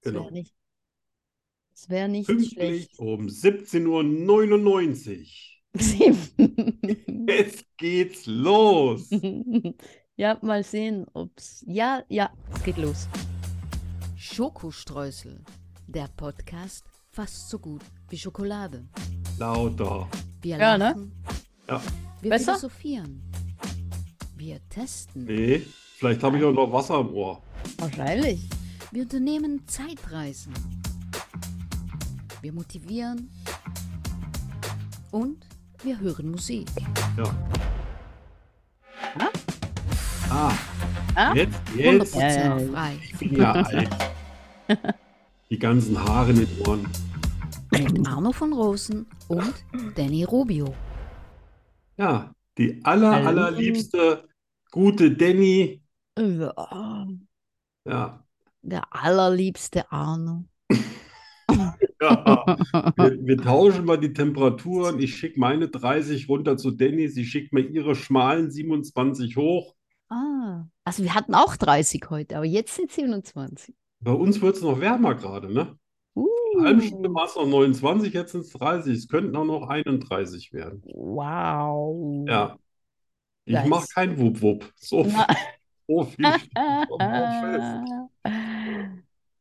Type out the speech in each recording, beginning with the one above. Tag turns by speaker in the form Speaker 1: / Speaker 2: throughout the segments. Speaker 1: Es wäre
Speaker 2: Genau.
Speaker 1: nicht, es wär nicht
Speaker 2: Pünktlich
Speaker 1: schlecht.
Speaker 2: um 17.99 Uhr. Jetzt geht's los.
Speaker 1: Ja, mal sehen, ob's. Ja, ja, es geht los.
Speaker 3: Schokostreusel, der Podcast fast so gut wie Schokolade.
Speaker 2: Lauter.
Speaker 3: Wir
Speaker 1: Ja, ne?
Speaker 3: lachen,
Speaker 2: Ja,
Speaker 3: wir
Speaker 1: Besser?
Speaker 3: philosophieren, wir testen,
Speaker 2: nee. Vielleicht habe ich auch noch Wasser im Ohr.
Speaker 1: Wahrscheinlich.
Speaker 3: wir unternehmen Zeitreisen, wir motivieren und wir hören Musik.
Speaker 2: Ja.
Speaker 1: Ah?
Speaker 2: Ah.
Speaker 1: Ah?
Speaker 2: Jetzt, jetzt.
Speaker 3: 100%
Speaker 1: Ja, ja.
Speaker 3: frei.
Speaker 2: Ich bin ja alt. Die ganzen Haare in den Ohren.
Speaker 3: Mit Arno von Rosen und Danny Rubio.
Speaker 2: Ja, die aller,
Speaker 1: Hallo.
Speaker 2: allerliebste gute Danny.
Speaker 1: Ja,
Speaker 2: Ja.
Speaker 1: der allerliebste Arno.
Speaker 2: ja. Wir, wir tauschen mal die Temperaturen. Ich schicke meine 30 runter zu Danny. Sie schickt mir ihre schmalen 27 hoch.
Speaker 1: Ah, also wir hatten auch 30 heute, aber jetzt sind 27.
Speaker 2: Bei uns wird es noch wärmer gerade, ne?
Speaker 1: Uh,
Speaker 2: Eine halbe Stunde war es noch 29, jetzt sind es 30. Es könnten auch noch 31 werden.
Speaker 1: wow.
Speaker 2: Ja. Ich
Speaker 1: Nice.
Speaker 2: mache kein Wupp-Wupp. So,
Speaker 1: Na-
Speaker 2: so viel steht schon mal fest.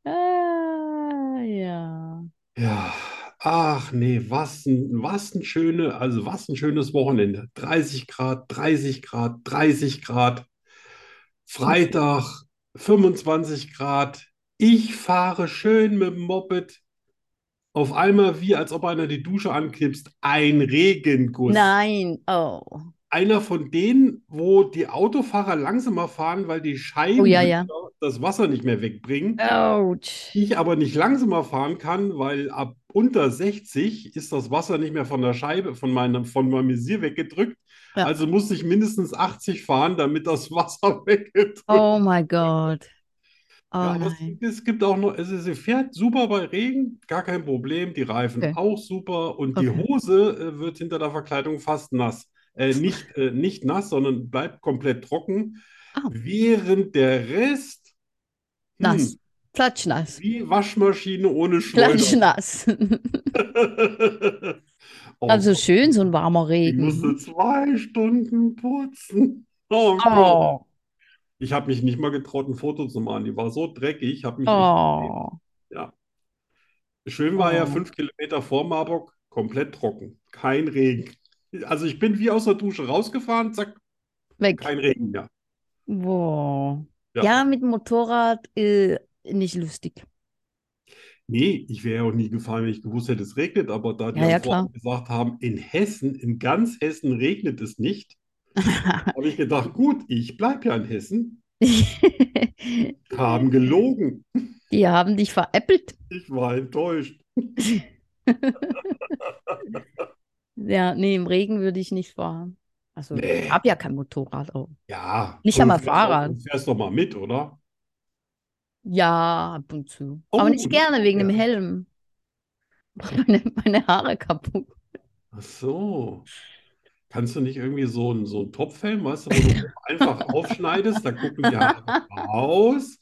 Speaker 1: Ah, ja.
Speaker 2: Ja. Ach nee, was ein, was ein schöne, also was ein schönes Wochenende. 30 Grad, 30 Grad, 30 Grad. Freitag 25 Grad. Ich fahre schön mit dem Moped. Auf einmal wie, als ob einer die Dusche anknipst. Ein Regenguss.
Speaker 1: Nein, oh.
Speaker 2: einer von denen, wo die Autofahrer langsamer fahren, weil die Scheiben
Speaker 1: Oh, ja, ja.
Speaker 2: das Wasser nicht mehr wegbringen.
Speaker 1: Ouch.
Speaker 2: Ich aber nicht langsamer fahren kann, weil ab unter 60 ist das Wasser nicht mehr von der Scheibe, von meinem, von meinem Visier weggedrückt.
Speaker 1: Ja.
Speaker 2: Also muss ich mindestens 80 fahren, damit das Wasser weggedrückt
Speaker 1: Oh my God. Oh
Speaker 2: ja, aber es
Speaker 1: nein.
Speaker 2: gibt, es gibt auch noch, also sie fährt super bei Regen, gar kein Problem, die Reifen
Speaker 1: Okay.
Speaker 2: auch super und die
Speaker 1: Okay.
Speaker 2: Hose äh, wird hinter der Verkleidung fast nass. Äh, nicht, äh, nicht nass, sondern bleibt komplett trocken,
Speaker 1: Ah.
Speaker 2: während der Rest, hm,
Speaker 1: Nass. Klatschnass.
Speaker 2: wie Waschmaschine ohne Schleuder.
Speaker 1: Klatschnass.
Speaker 2: Oh
Speaker 1: Also
Speaker 2: Gott,
Speaker 1: schön, so ein warmer
Speaker 2: ich
Speaker 1: Regen.
Speaker 2: musste zwei Stunden putzen. Oh Gott.
Speaker 1: Oh,
Speaker 2: Ich habe mich nicht mal getraut, ein Foto zu machen. Die war so dreckig, ich habe mich echt geschämt.
Speaker 1: oh.
Speaker 2: Ja. Schön war ja
Speaker 1: Oh.
Speaker 2: fünf Kilometer vor Marburg, komplett trocken, kein Regen. Also ich bin wie aus der Dusche rausgefahren, zack,
Speaker 1: Weg.
Speaker 2: kein Regen mehr.
Speaker 1: Boah.
Speaker 2: Ja.
Speaker 1: Ja, mit dem Motorrad äh, nicht lustig.
Speaker 2: Nee, ich wäre ja auch nie gefahren, wenn ich gewusst hätte, es regnet, aber da die
Speaker 1: Ja, ja,
Speaker 2: am Vorabend gesagt haben, in Hessen, in ganz Hessen regnet es nicht, habe ich gedacht, gut, ich bleibe ja in Hessen. Haben gelogen.
Speaker 1: Die haben dich veräppelt.
Speaker 2: Ich war enttäuscht.
Speaker 1: Ja, nee, im Regen würde ich nicht fahren. Also,
Speaker 2: Nee.
Speaker 1: ich habe ja kein Motorrad. Oh.
Speaker 2: Ja,
Speaker 1: Nicht
Speaker 2: du
Speaker 1: einmal
Speaker 2: fährst doch-
Speaker 1: Fahrrad.
Speaker 2: du fährst doch mal mit, oder?
Speaker 1: Ja, ab und zu. Aber
Speaker 2: Oh,
Speaker 1: nicht gerne wegen dem
Speaker 2: ja.
Speaker 1: Helm. Macht meine, meine Haare kaputt.
Speaker 2: Ach so. Kannst du nicht irgendwie so einen, so einen Topfhelm, weißt du, wo du einfach aufschneidest, da gucken die Haare raus,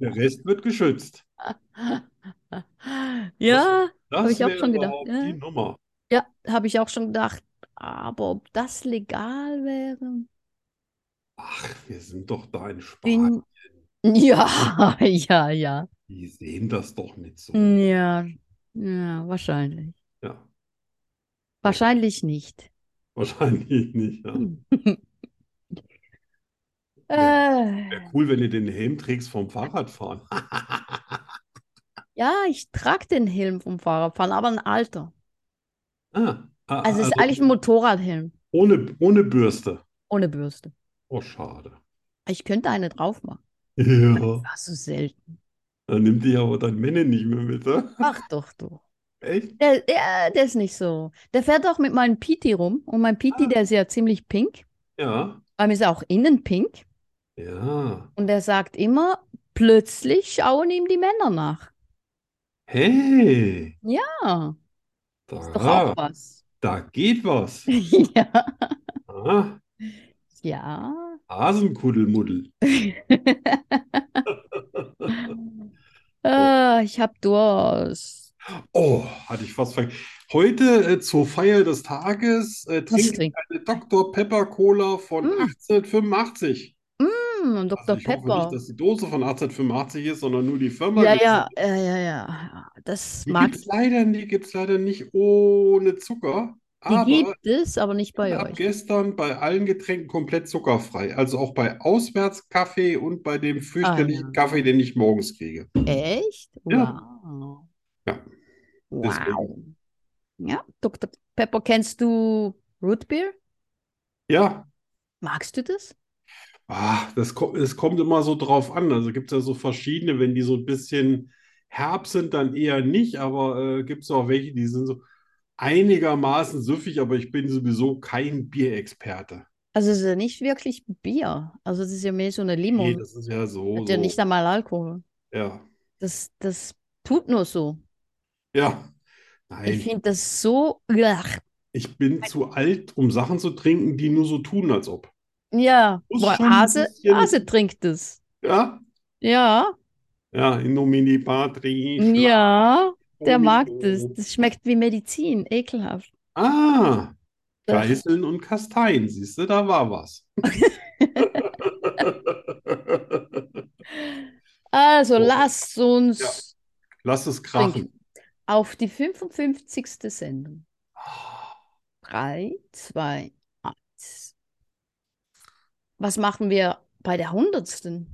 Speaker 2: der Rest wird geschützt.
Speaker 1: Ja,
Speaker 2: Das
Speaker 1: Hab ich auch
Speaker 2: wäre
Speaker 1: schon gedacht, äh?
Speaker 2: überhaupt
Speaker 1: ja.
Speaker 2: die Nummer.
Speaker 1: ja, habe ich auch schon gedacht. Aber ob das legal wäre?
Speaker 2: Ach, wir sind doch da in Spanien.
Speaker 1: Bin... Ja, ja, ja.
Speaker 2: Die sehen das doch nicht
Speaker 1: Hm.
Speaker 2: so.
Speaker 1: Ja, ja, wahrscheinlich.
Speaker 2: Ja,
Speaker 1: Wahrscheinlich nicht.
Speaker 2: wahrscheinlich nicht. Ja.
Speaker 1: Hm. Äh,
Speaker 2: Wäre cool, wenn du den Helm trägst vom Fahrradfahren.
Speaker 1: ja, ich trage den Helm vom Fahrradfahren, aber ein alter.
Speaker 2: Ah, ah,
Speaker 1: Also es ist
Speaker 2: also
Speaker 1: eigentlich ein Motorradhelm
Speaker 2: ohne, ohne Bürste.
Speaker 1: ohne Bürste.
Speaker 2: Oh, schade.
Speaker 1: Ich könnte eine drauf machen.
Speaker 2: Ja,
Speaker 1: Ach, so selten.
Speaker 2: dann nimmt dich aber dein Männer nicht mehr mit, oder?
Speaker 1: Ach doch, doch.
Speaker 2: Echt?
Speaker 1: Der, der, der ist nicht so. Der fährt auch mit meinem Piti rum. Und mein Piti,
Speaker 2: Ah.
Speaker 1: der ist ja ziemlich pink.
Speaker 2: Ja,
Speaker 1: Bei mir ist er auch innen pink.
Speaker 2: ja.
Speaker 1: Und der sagt immer, plötzlich schauen ihm die Männer nach. Ah.
Speaker 2: Hey.
Speaker 1: Ja, ist doch
Speaker 2: Da,
Speaker 1: auch was.
Speaker 2: da geht was.
Speaker 1: Ja.
Speaker 2: Ah,
Speaker 1: Ja.
Speaker 2: Hasenkuddelmuddel.
Speaker 1: Ah, ich hab Durst.
Speaker 2: Oh, hatte ich fast vergessen. Heute äh, zur Feier des Tages äh,
Speaker 1: Was
Speaker 2: trinke ich
Speaker 1: trinken?
Speaker 2: eine Dr. Pepper Cola von
Speaker 3: Mm.
Speaker 2: 1885.
Speaker 1: Hm,
Speaker 2: Also
Speaker 1: Dr.
Speaker 2: ich hoffe nicht,
Speaker 1: Hm. Pepper.
Speaker 2: dass die Dose von 1885 ist, sondern nur die Firma.
Speaker 1: Ja,
Speaker 2: Die
Speaker 1: ja, ja, ja, ja. Das
Speaker 2: die
Speaker 1: mag
Speaker 2: gibt's leider, die gibt's leider nicht ohne Zucker,
Speaker 1: Die
Speaker 2: Ah, aber
Speaker 1: gibt es, aber nicht bei
Speaker 2: ab
Speaker 1: euch.
Speaker 2: gestern bei allen Getränken komplett zuckerfrei. Also auch bei Auswärtskaffee und bei dem
Speaker 1: Ah
Speaker 2: fürchterlichen
Speaker 1: ja.
Speaker 2: Kaffee, den ich morgens kriege.
Speaker 1: Echt?
Speaker 2: Ja,
Speaker 1: Wow.
Speaker 2: ja, deswegen.
Speaker 1: Wow. Ja, Dr. Pepper, kennst du Rootbeer?
Speaker 2: Ja.
Speaker 1: Magst du das?
Speaker 2: Ah, das kommt, es kommt immer so drauf an. Also gibt es ja so verschiedene, wenn die so ein bisschen herb sind, dann eher nicht, aber äh, gibt es auch welche, die sind so einigermaßen süffig, aber ich bin sowieso kein Bierexperte.
Speaker 1: Also es ist ja nicht wirklich Bier. Also es ist ja mehr so eine
Speaker 2: Nee,
Speaker 1: Limon.
Speaker 2: das ist ja so,
Speaker 1: Hat ja nicht
Speaker 2: so,
Speaker 1: einmal Alkohol.
Speaker 2: ja,
Speaker 1: Das, das tut nur so.
Speaker 2: ja.
Speaker 1: Ich
Speaker 2: Nein,
Speaker 1: finde das so. Ugh.
Speaker 2: ich bin zu alt, um Sachen zu trinken, die nur so tun, als ob.
Speaker 1: Ja,
Speaker 2: Muss
Speaker 1: boah,
Speaker 2: schon ein
Speaker 1: Hase,
Speaker 2: bisschen,
Speaker 1: Hase trinkt es.
Speaker 2: ja,
Speaker 1: Ja,
Speaker 2: ja, in nomine patri, schlaf,
Speaker 1: ja, der mag das.
Speaker 2: Domino.
Speaker 1: Das schmeckt wie Medizin, ekelhaft.
Speaker 2: Ah,
Speaker 1: Ugh.
Speaker 2: Geißeln und Kasteien, siehst du, da war was.
Speaker 1: Also
Speaker 2: So,
Speaker 1: lasst
Speaker 2: ja,
Speaker 1: uns
Speaker 2: lass es krachen.
Speaker 1: trinken. Auf die 55. Sendung.
Speaker 2: Ah,
Speaker 1: 3, 2, 1. Was machen wir bei der 100.?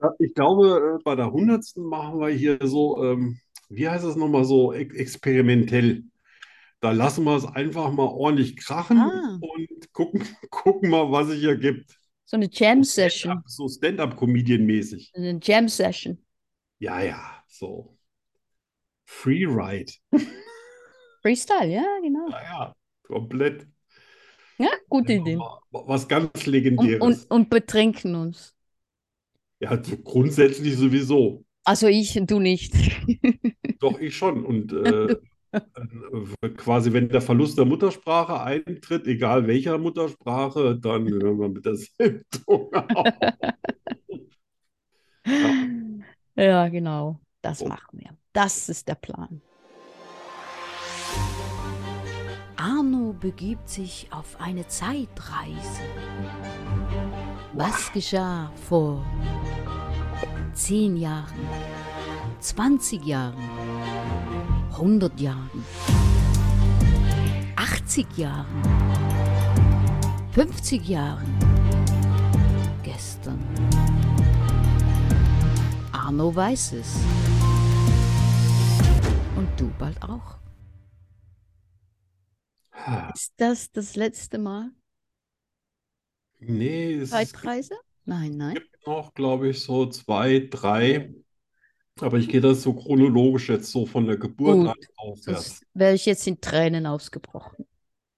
Speaker 2: Ja, Ich glaube, äh, bei der hundertsten machen wir hier so, ähm, wie heißt das nochmal so, e- experimentell. Da lassen wir es einfach mal ordentlich krachen
Speaker 1: Ah,
Speaker 2: und gucken, gucken mal, was es hier gibt.
Speaker 1: so eine
Speaker 2: So Stand-up,
Speaker 1: Jam-Session.
Speaker 2: so Stand-up-Comedian-mäßig.
Speaker 1: Eine Jam-Session.
Speaker 2: Ja, ja, so. Free Ride.
Speaker 1: Freestyle, ja, genau.
Speaker 2: Ja, ja, komplett.
Speaker 1: Ja, gute
Speaker 2: Einfach
Speaker 1: Idee.
Speaker 2: mal Was ganz
Speaker 1: Und, und,
Speaker 2: Legendäres.
Speaker 1: und betrinken uns.
Speaker 2: Ja, so grundsätzlich sowieso.
Speaker 1: Also ich und du nicht.
Speaker 2: Doch, ich schon. Und äh,
Speaker 1: Du.
Speaker 2: äh, quasi, wenn der Verlust der Muttersprache eintritt, egal welcher Muttersprache, dann hören wir mit der Sendung auf. Ja,
Speaker 1: Ja, genau. Das
Speaker 2: so.
Speaker 1: machen wir. Das ist der Plan.
Speaker 3: Arno begibt sich auf eine Zeitreise. Was
Speaker 2: Wow.
Speaker 3: geschah vor 10 Jahren, 20 Jahren, 100 Jahren, 80 Jahren, 50 Jahren, gestern? Arno weiß es. Und du bald auch.
Speaker 1: Ist das das letzte Mal?
Speaker 2: Nee, es gibt
Speaker 1: Zeitreise? Nein, nein.
Speaker 2: noch, glaube ich, so zwei, drei. Aber ich gehe das so chronologisch jetzt so von der Geburt an
Speaker 1: Gut.
Speaker 2: aufwärts.
Speaker 1: Sonst wäre ich jetzt in Tränen ausgebrochen.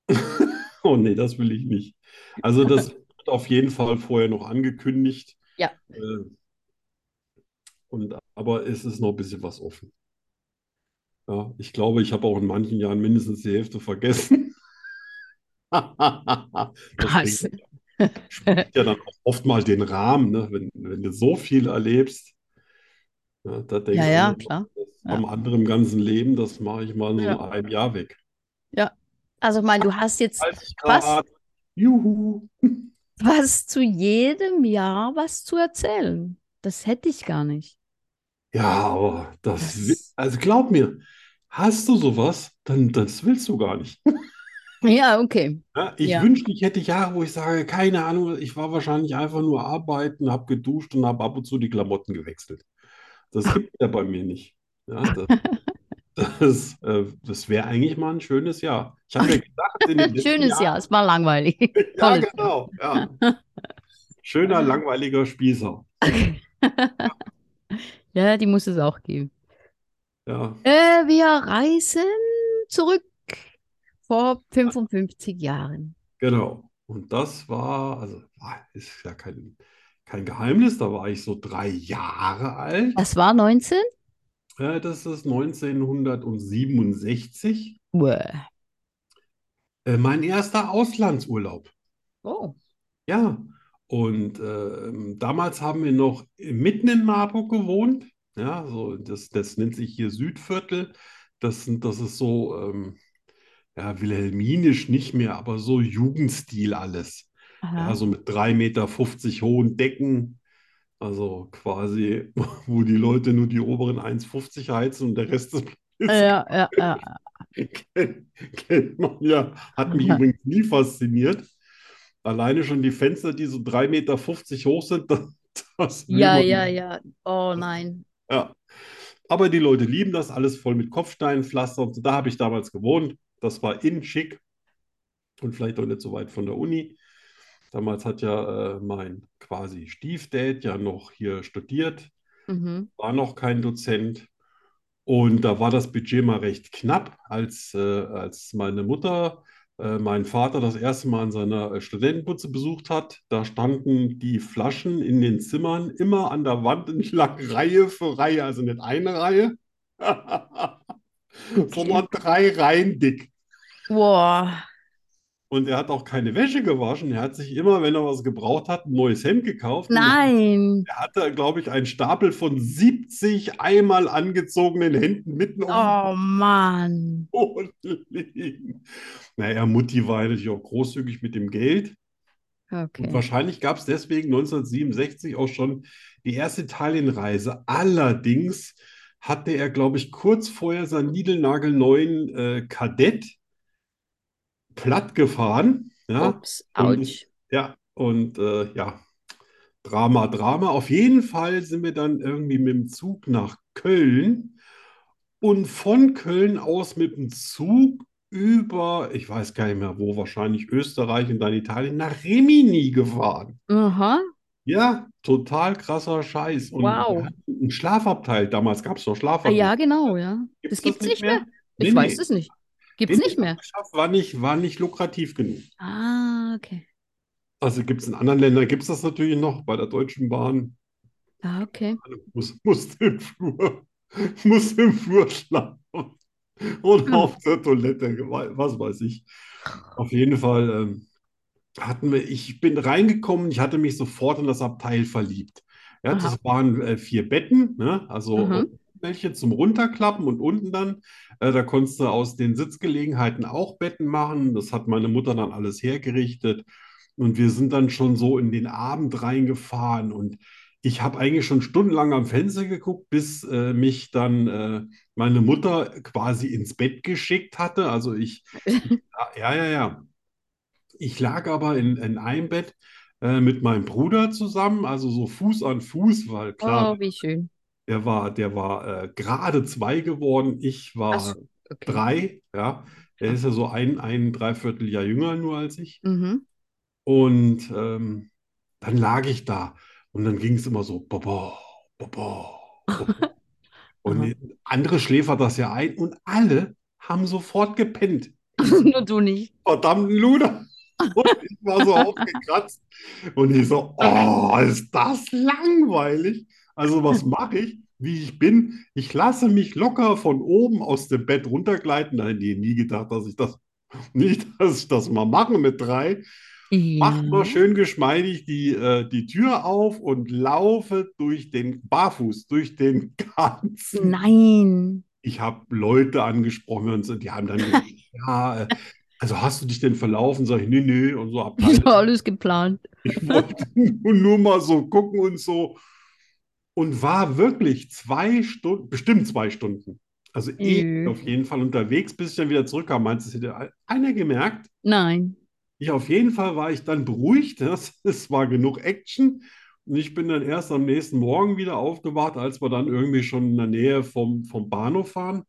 Speaker 2: Oh nee, das will ich nicht. Also das wird auf jeden Fall vorher noch angekündigt.
Speaker 1: Ja.
Speaker 2: Äh, und, aber es ist noch ein bisschen was offen. Ja, ich glaube, ich habe auch in manchen Jahren mindestens die Hälfte vergessen. Das bringt,
Speaker 1: Krass.
Speaker 2: sprengt ja dann auch oft mal den Rahmen, ne? Wenn, wenn du so viel erlebst. Ja, da
Speaker 1: Ja,
Speaker 2: denkst du,
Speaker 1: ja,
Speaker 2: also,
Speaker 1: klar.
Speaker 2: das
Speaker 1: Ja.
Speaker 2: haben andere im ganzen Leben, das mache ich mal in so
Speaker 1: Ja.
Speaker 2: einem Jahr weg.
Speaker 1: Ja. Also, ich meine, du hast jetzt
Speaker 2: 30
Speaker 1: fast,
Speaker 2: Grad, juhu.
Speaker 1: fast zu jedem Jahr was zu erzählen. Das hätte ich gar nicht.
Speaker 2: Ja, aber das, wi-
Speaker 1: Das.
Speaker 2: also glaub mir, hast du sowas, dann das willst du gar nicht.
Speaker 1: Ja, okay.
Speaker 2: Ja, ich
Speaker 1: Ja.
Speaker 2: wünschte, ich hätte Jahre, wo ich sage, keine Ahnung, ich war wahrscheinlich einfach nur arbeiten, habe geduscht und habe ab und zu die Klamotten gewechselt.
Speaker 1: Ah.
Speaker 2: Das gibt es ja bei mir nicht. Ja, das das, äh, das wäre eigentlich mal ein schönes Jahr. Ich habe ja gedacht, in den letzten
Speaker 1: Schönes Jahr,
Speaker 2: Jahren,
Speaker 1: es war langweilig.
Speaker 2: ja,
Speaker 1: Tolles Jahr.
Speaker 2: genau, ja. Schöner, langweiliger Spießer.
Speaker 1: Ja, die muss es auch geben.
Speaker 2: Ja,
Speaker 1: Äh, wir reisen zurück vor 55 Jahren.
Speaker 2: genau. Und das war, also ah, ist ja kein, kein Geheimnis, da war ich so drei Jahre alt.
Speaker 1: Das war 19?
Speaker 2: Äh, das ist 1967.
Speaker 1: Uah.
Speaker 2: Äh, mein erster Auslandsurlaub.
Speaker 1: Oh.
Speaker 2: Ja. Und ähm, damals haben wir noch mitten in Marburg gewohnt. Ja, so das, das nennt sich hier Südviertel. Das, sind- das ist so, ähm, ja, wilhelminisch nicht mehr, aber so Jugendstil alles.
Speaker 1: Aha.
Speaker 2: Ja, so mit 3,50 Meter hohen Decken. Also quasi, wo die Leute nur die oberen 1,50 heizen und der Rest ist, ist
Speaker 1: Ja, ja, ja.
Speaker 2: kennt man ja. Hat mich
Speaker 1: Aha.
Speaker 2: übrigens nie fasziniert. Alleine schon die Fenster, die so 3,50 Meter hoch sind, das, das will
Speaker 1: Ja,
Speaker 2: man
Speaker 1: ja, ja. Oh nein.
Speaker 2: ja. Aber die Leute lieben das, alles voll mit Kopfsteinpflaster und so. Da habe ich damals gewohnt. Das war in schick und vielleicht auch nicht so weit von der Uni. Damals hat ja äh, mein quasi Stiefdad ja noch hier studiert,
Speaker 1: Mhm.
Speaker 2: war noch kein Dozent. Und da war das Budget mal recht knapp, als, äh, als meine Mutter äh, meinen Vater das erste Mal in seiner äh, Studentenbutze besucht hat. Da standen die Flaschen in den Zimmern immer an der Wand in lag Reihe für Reihe, also nicht eine Reihe, sondern drei Reihen dick.
Speaker 1: Boah.
Speaker 2: Und er hat auch keine Wäsche gewaschen. Er hat sich immer, wenn er was gebraucht hat, ein neues Hemd gekauft. Und
Speaker 1: Nein.
Speaker 2: Er hatte, glaube ich, einen Stapel von 70 einmal angezogenen Händen mitten auf dem
Speaker 1: Oh Mann.
Speaker 2: Boden liegen. Naja, Mutti war natürlich auch großzügig mit dem Geld. Und
Speaker 1: Okay.
Speaker 2: wahrscheinlich gab es deswegen 1967 auch schon die erste Italienreise. Allerdings hatte er, glaube ich, kurz vorher seinen niedelnagelneuen äh, Kadett plattgefahren. Ja,
Speaker 1: Ups,
Speaker 2: Und-
Speaker 1: ouch.
Speaker 2: ja, und äh, ja, Drama, Drama. Auf jeden Fall sind wir dann irgendwie mit dem Zug nach Köln und von Köln aus mit dem Zug über, ich weiß gar nicht mehr wo, wahrscheinlich Österreich und dann Italien, nach Rimini gefahren.
Speaker 1: Aha.
Speaker 2: Ja, total krasser Scheiß. Und wir
Speaker 1: Wow.
Speaker 2: hatten einen Schlafabteil, damals gab es noch
Speaker 1: Ah,
Speaker 2: Schlafabteil.
Speaker 1: ja, genau, ja.
Speaker 2: Gibt's
Speaker 1: Das gibt's nicht mehr?
Speaker 2: Nee,
Speaker 1: Ich weiß
Speaker 2: nee.
Speaker 1: es nicht. Gibt's
Speaker 2: Den
Speaker 1: nicht mehr?
Speaker 2: Schlafabteil War nicht, war nicht lukrativ genug.
Speaker 1: Ah, okay.
Speaker 2: Also gibt es in anderen Ländern, gibt es das natürlich noch, bei der Deutschen Bahn.
Speaker 1: Ah, okay.
Speaker 2: Muss, muss im Flur, muss im Flur schlafen.
Speaker 1: Hm.
Speaker 2: Oder auf der Toilette, we- was weiß ich. Auf jeden Fall ähm, hatten wir, ich bin reingekommen, ich hatte mich sofort in das Abteil verliebt. Ja,
Speaker 1: Aha.
Speaker 2: das waren äh, vier Betten, ne? Also
Speaker 1: Mhm.
Speaker 2: äh, welche zum Runterklappen und unten dann. Äh, da konntest du aus den Sitzgelegenheiten auch Betten machen. Das hat meine Mutter dann alles hergerichtet. Und wir sind dann schon so in den Abend reingefahren und ich habe eigentlich schon stundenlang am Fenster geguckt, bis äh, mich dann äh, meine Mutter quasi ins Bett geschickt hatte. Also ich, ja, ja, ja. Ich lag aber in, in einem Bett äh, mit meinem Bruder zusammen, also so Fuß an Fuß, weil klar,
Speaker 1: Oh, wie schön.
Speaker 2: der war, der war äh, gerade zwei geworden, ich
Speaker 1: Ach
Speaker 2: war
Speaker 1: so, okay.
Speaker 2: drei, ja. Er ist ja so ein, ein Dreivierteljahr jünger nur als ich.
Speaker 1: Mhm.
Speaker 2: Und ähm, dann lag ich da und dann ging es immer so, bobo, bobo, bobo. Und
Speaker 1: Aha.
Speaker 2: die- andere Schläfer das ja ein und alle haben sofort gepennt.
Speaker 1: Nur du nicht.
Speaker 2: Verdammten Luder. Und ich war so aufgekratzt. Und ich so, oh, ist das langweilig. Also was mache ich, wie ich bin? Ich lasse mich locker von oben aus dem Bett runtergleiten. Nein, nee, nie gedacht, dass ich das nicht, dass ich das mal mache mit drei. Mach mal
Speaker 1: Ja.
Speaker 2: schön geschmeidig die, äh, die Tür auf und laufe durch den Barfuß, durch den
Speaker 3: Hm.
Speaker 1: Mhm.
Speaker 2: ganzen
Speaker 1: Nein.
Speaker 2: ich habe Leute angesprochen und so, die haben dann gesagt, ja, äh, also hast du dich denn verlaufen? Sag ich, nee, nee, und so Abteil.
Speaker 1: Das war alles geplant.
Speaker 2: Ich wollte nur, nur mal so gucken und so. Und war wirklich zwei Stunden, bestimmt zwei Stunden. Also ewig
Speaker 1: Ü.
Speaker 2: auf jeden Fall unterwegs, bis ich dann wieder zurückkam. Meinst du, es hätte ein- einer gemerkt?
Speaker 1: Nein.
Speaker 2: Ich auf jeden Fall war ich dann beruhigt. Das, es war genug Action. Und ich bin dann erst am nächsten Morgen wieder aufgewacht, als wir dann irgendwie schon in der Nähe vom, vom Bahnhof waren.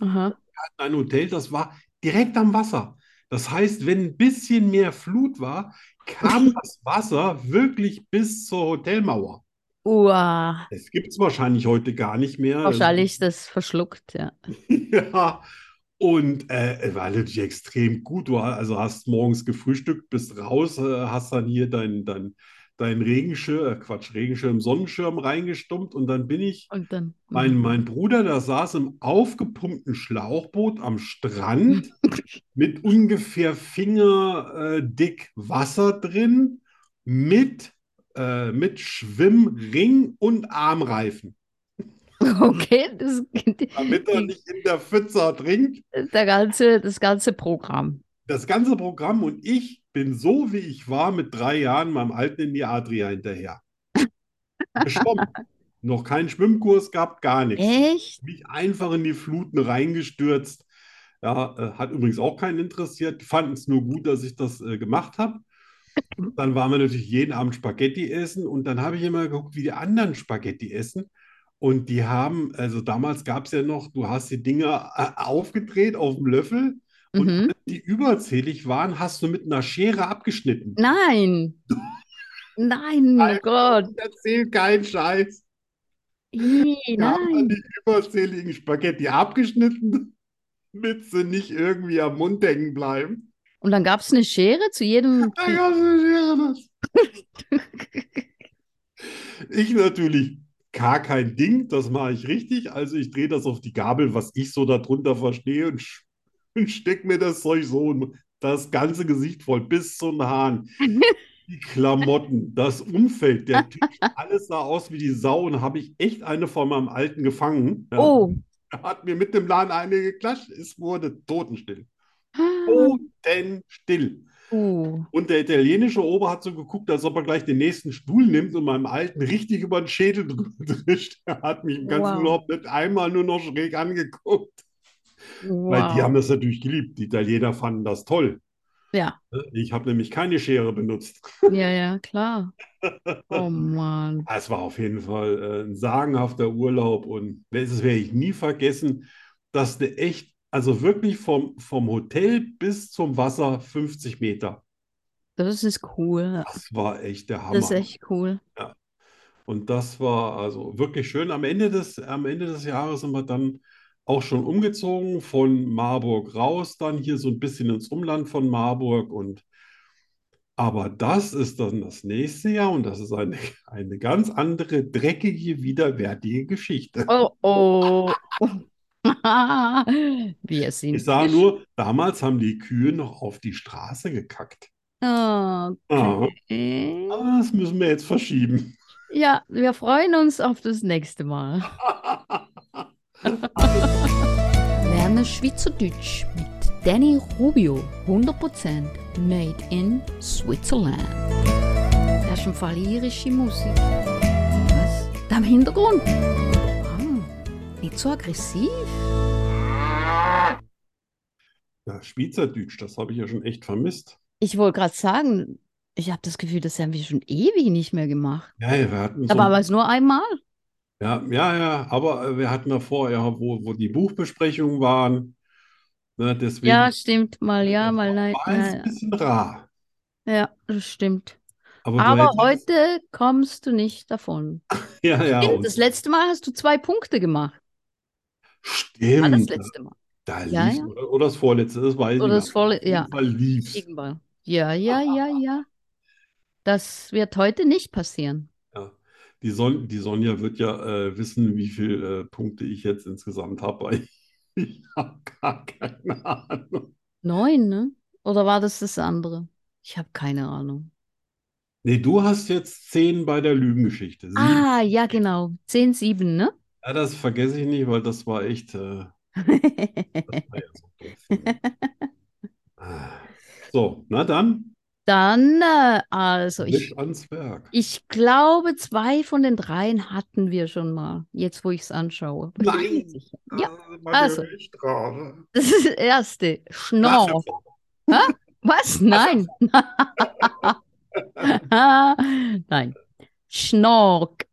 Speaker 1: Aha.
Speaker 2: ein Hotel, das war direkt am Wasser. Das heißt, wenn ein bisschen mehr Flut war, kam das Wasser wirklich bis zur Hotelmauer.
Speaker 1: Uah.
Speaker 2: Das gibt es wahrscheinlich heute gar nicht mehr. Das-
Speaker 1: Wahrscheinlich ist das verschluckt, ja.
Speaker 2: Ja. Und äh, war natürlich extrem gut. Du ha- also hast morgens gefrühstückt, bist raus, äh, hast dann hier dein, dein, dein Regenschirm, äh, Quatsch, Regenschirm, Sonnenschirm reingestummt und dann bin ich.
Speaker 1: Und dann.
Speaker 2: Mein,
Speaker 1: Mhm.
Speaker 2: mein Bruder, der saß im aufgepumpten Schlauchboot am Strand mit ungefähr fingerdick Wasser äh, drin mit, äh, mit Schwimmring und Armreifen,
Speaker 1: Okay, das,
Speaker 2: damit er nicht in der Pfützer trinkt.
Speaker 1: der ganze, das ganze Programm.
Speaker 2: Das ganze Programm und ich bin so, wie ich war, mit drei Jahren meinem Alten in die Adria hinterher. Geschwommen. Noch keinen Schwimmkurs gehabt, gar nichts.
Speaker 1: Echt?
Speaker 2: mich einfach in die Fluten reingestürzt. Ja, äh, hat übrigens auch keinen interessiert. Fanden es nur gut, dass ich das äh, gemacht habe. Dann waren wir natürlich jeden Abend Spaghetti essen und dann habe ich immer geguckt, wie die anderen Spaghetti essen. Und die haben, also damals gab es ja noch, du hast die Dinger äh, aufgedreht auf dem Löffel, Und-
Speaker 1: Mhm.
Speaker 2: die überzählig waren, hast du mit einer Schere abgeschnitten.
Speaker 1: Nein. Nein, oh
Speaker 2: Alter.
Speaker 1: Gott.
Speaker 2: Erzähl keinen Scheiß.
Speaker 1: Ih,
Speaker 2: Wir haben
Speaker 1: nein.
Speaker 2: dann die überzähligen Spaghetti abgeschnitten, damit sie nicht irgendwie am Mund hängen bleiben.
Speaker 1: Und dann gab es eine Schere zu jedem.
Speaker 2: Da gab's eine Schere, das- Ich natürlich gar kein Ding, das mache ich richtig. Also ich drehe das auf die Gabel, was ich so darunter verstehe und, sch- und steck mir das Zeug so in das ganze Gesicht voll bis zum Hahn. Die Klamotten, das Umfeld, der Tisch, alles sah aus wie die Sau und habe ich echt eine von meinem Alten gefangen. Ja.
Speaker 1: Oh.
Speaker 2: Er hat mir mit dem Laden eine geklatscht. Es wurde totenstill. Totenstill.
Speaker 1: Uh.
Speaker 2: Und der italienische Ober hat so geguckt, als ob er gleich den nächsten Stuhl nimmt und meinem Alten richtig über den Schädel drü- drischt. Er hat mich im ganzen
Speaker 1: Wow.
Speaker 2: Urlaub nicht einmal nur noch schräg angeguckt. Weil die
Speaker 1: Wow.
Speaker 2: haben das natürlich geliebt. Die Italiener fanden das toll.
Speaker 1: Ja.
Speaker 2: Ich habe nämlich keine Schere benutzt.
Speaker 1: Ja, ja, klar. Oh Mann.
Speaker 2: Es war auf jeden Fall äh, ein sagenhafter Urlaub und das werde ich nie vergessen, dass du echt, also wirklich vom, vom Hotel bis zum Wasser 50 Meter.
Speaker 1: Das ist cool.
Speaker 2: Das war echt der
Speaker 1: Das ist
Speaker 2: Hammer.
Speaker 1: echt cool.
Speaker 2: Und das war also wirklich schön. Am Ende des, am Ende des Jahres sind wir dann auch schon umgezogen von Marburg raus, dann hier so ein bisschen ins Umland von Marburg. Und aber das ist dann das nächste Jahr und das ist eine, eine ganz andere, dreckige, widerwärtige Geschichte.
Speaker 1: Oh, oh. Wir sind
Speaker 2: Ich sah nur, damals haben die Kühe noch auf die Straße gekackt.
Speaker 1: gesch-
Speaker 2: Ah,
Speaker 1: Okay.
Speaker 2: das müssen wir jetzt verschieben.
Speaker 1: Ja, wir freuen uns auf das nächste Mal.
Speaker 3: Lerne Schweizerdeutsch mit Danny Rubio. 100% made in Switzerland. Das ist im Fall irische Musik. Was? Da im Hintergrund? Ah, nicht so aggressiv.
Speaker 2: Ja, Schweizerdeutsch, das habe ich ja schon echt vermisst.
Speaker 1: Ich wollte gerade sagen, ich habe das Gefühl, das haben wir schon ewig nicht mehr gemacht.
Speaker 2: Ja, ja, wir hatten so
Speaker 1: Da war es nur einmal.
Speaker 2: ja, ja, ja, aber äh, wir hatten davor, ja, wo, wo die Buchbesprechungen waren. Ne, deswegen
Speaker 1: Ja, stimmt. Mal ja,
Speaker 2: Das
Speaker 1: mal nein.
Speaker 2: war es ein
Speaker 1: Ja,
Speaker 2: bisschen rar.
Speaker 1: ja, das stimmt.
Speaker 2: Aber du
Speaker 1: Aber
Speaker 2: hättest-
Speaker 1: heute kommst du nicht davon.
Speaker 2: ja, ja,
Speaker 1: Stimmt,
Speaker 2: und
Speaker 1: das letzte Mal hast du zwei Punkte gemacht. War das
Speaker 2: stimmt,
Speaker 1: letzte Mal.
Speaker 2: da
Speaker 1: Ja,
Speaker 2: lief
Speaker 1: ja.
Speaker 2: oder, oder das vorletzte, das weiß ich
Speaker 1: Oder
Speaker 2: nicht
Speaker 1: das volle,
Speaker 2: mehr.
Speaker 1: ja.
Speaker 2: Auf jeden Fall lief's.
Speaker 1: Irgendwann. Ja,
Speaker 2: Ah.
Speaker 1: ja, ja, ja. Das wird heute nicht passieren.
Speaker 2: Ja. Die, Son die Sonja wird ja äh, wissen, wie viele äh, Punkte ich jetzt insgesamt habe. Ich habe gar keine Ahnung.
Speaker 1: Neun, ne? Oder war das das andere? Ich habe keine Ahnung.
Speaker 2: Nee, du hast jetzt zehn bei der Lügengeschichte. Sieben.
Speaker 1: Ah, ja, genau. Zehn, sieben, ne?
Speaker 2: Ja, das vergesse ich nicht, weil das war echt. Äh, das war ja so doof. Ah. So, na dann,
Speaker 1: Dann, äh, also ich,
Speaker 2: mit ans Werk.
Speaker 1: ich glaube, zwei von den dreien hatten wir schon mal, jetzt wo ich es anschaue. Bin mir nicht
Speaker 2: Nein.
Speaker 1: sicher. Ja,
Speaker 2: Ah, meine
Speaker 1: also.
Speaker 2: Höchststrafe.
Speaker 1: das ist das erste. Schnorr.
Speaker 2: Wasser-
Speaker 1: Was? Nein. Nein. Schnork.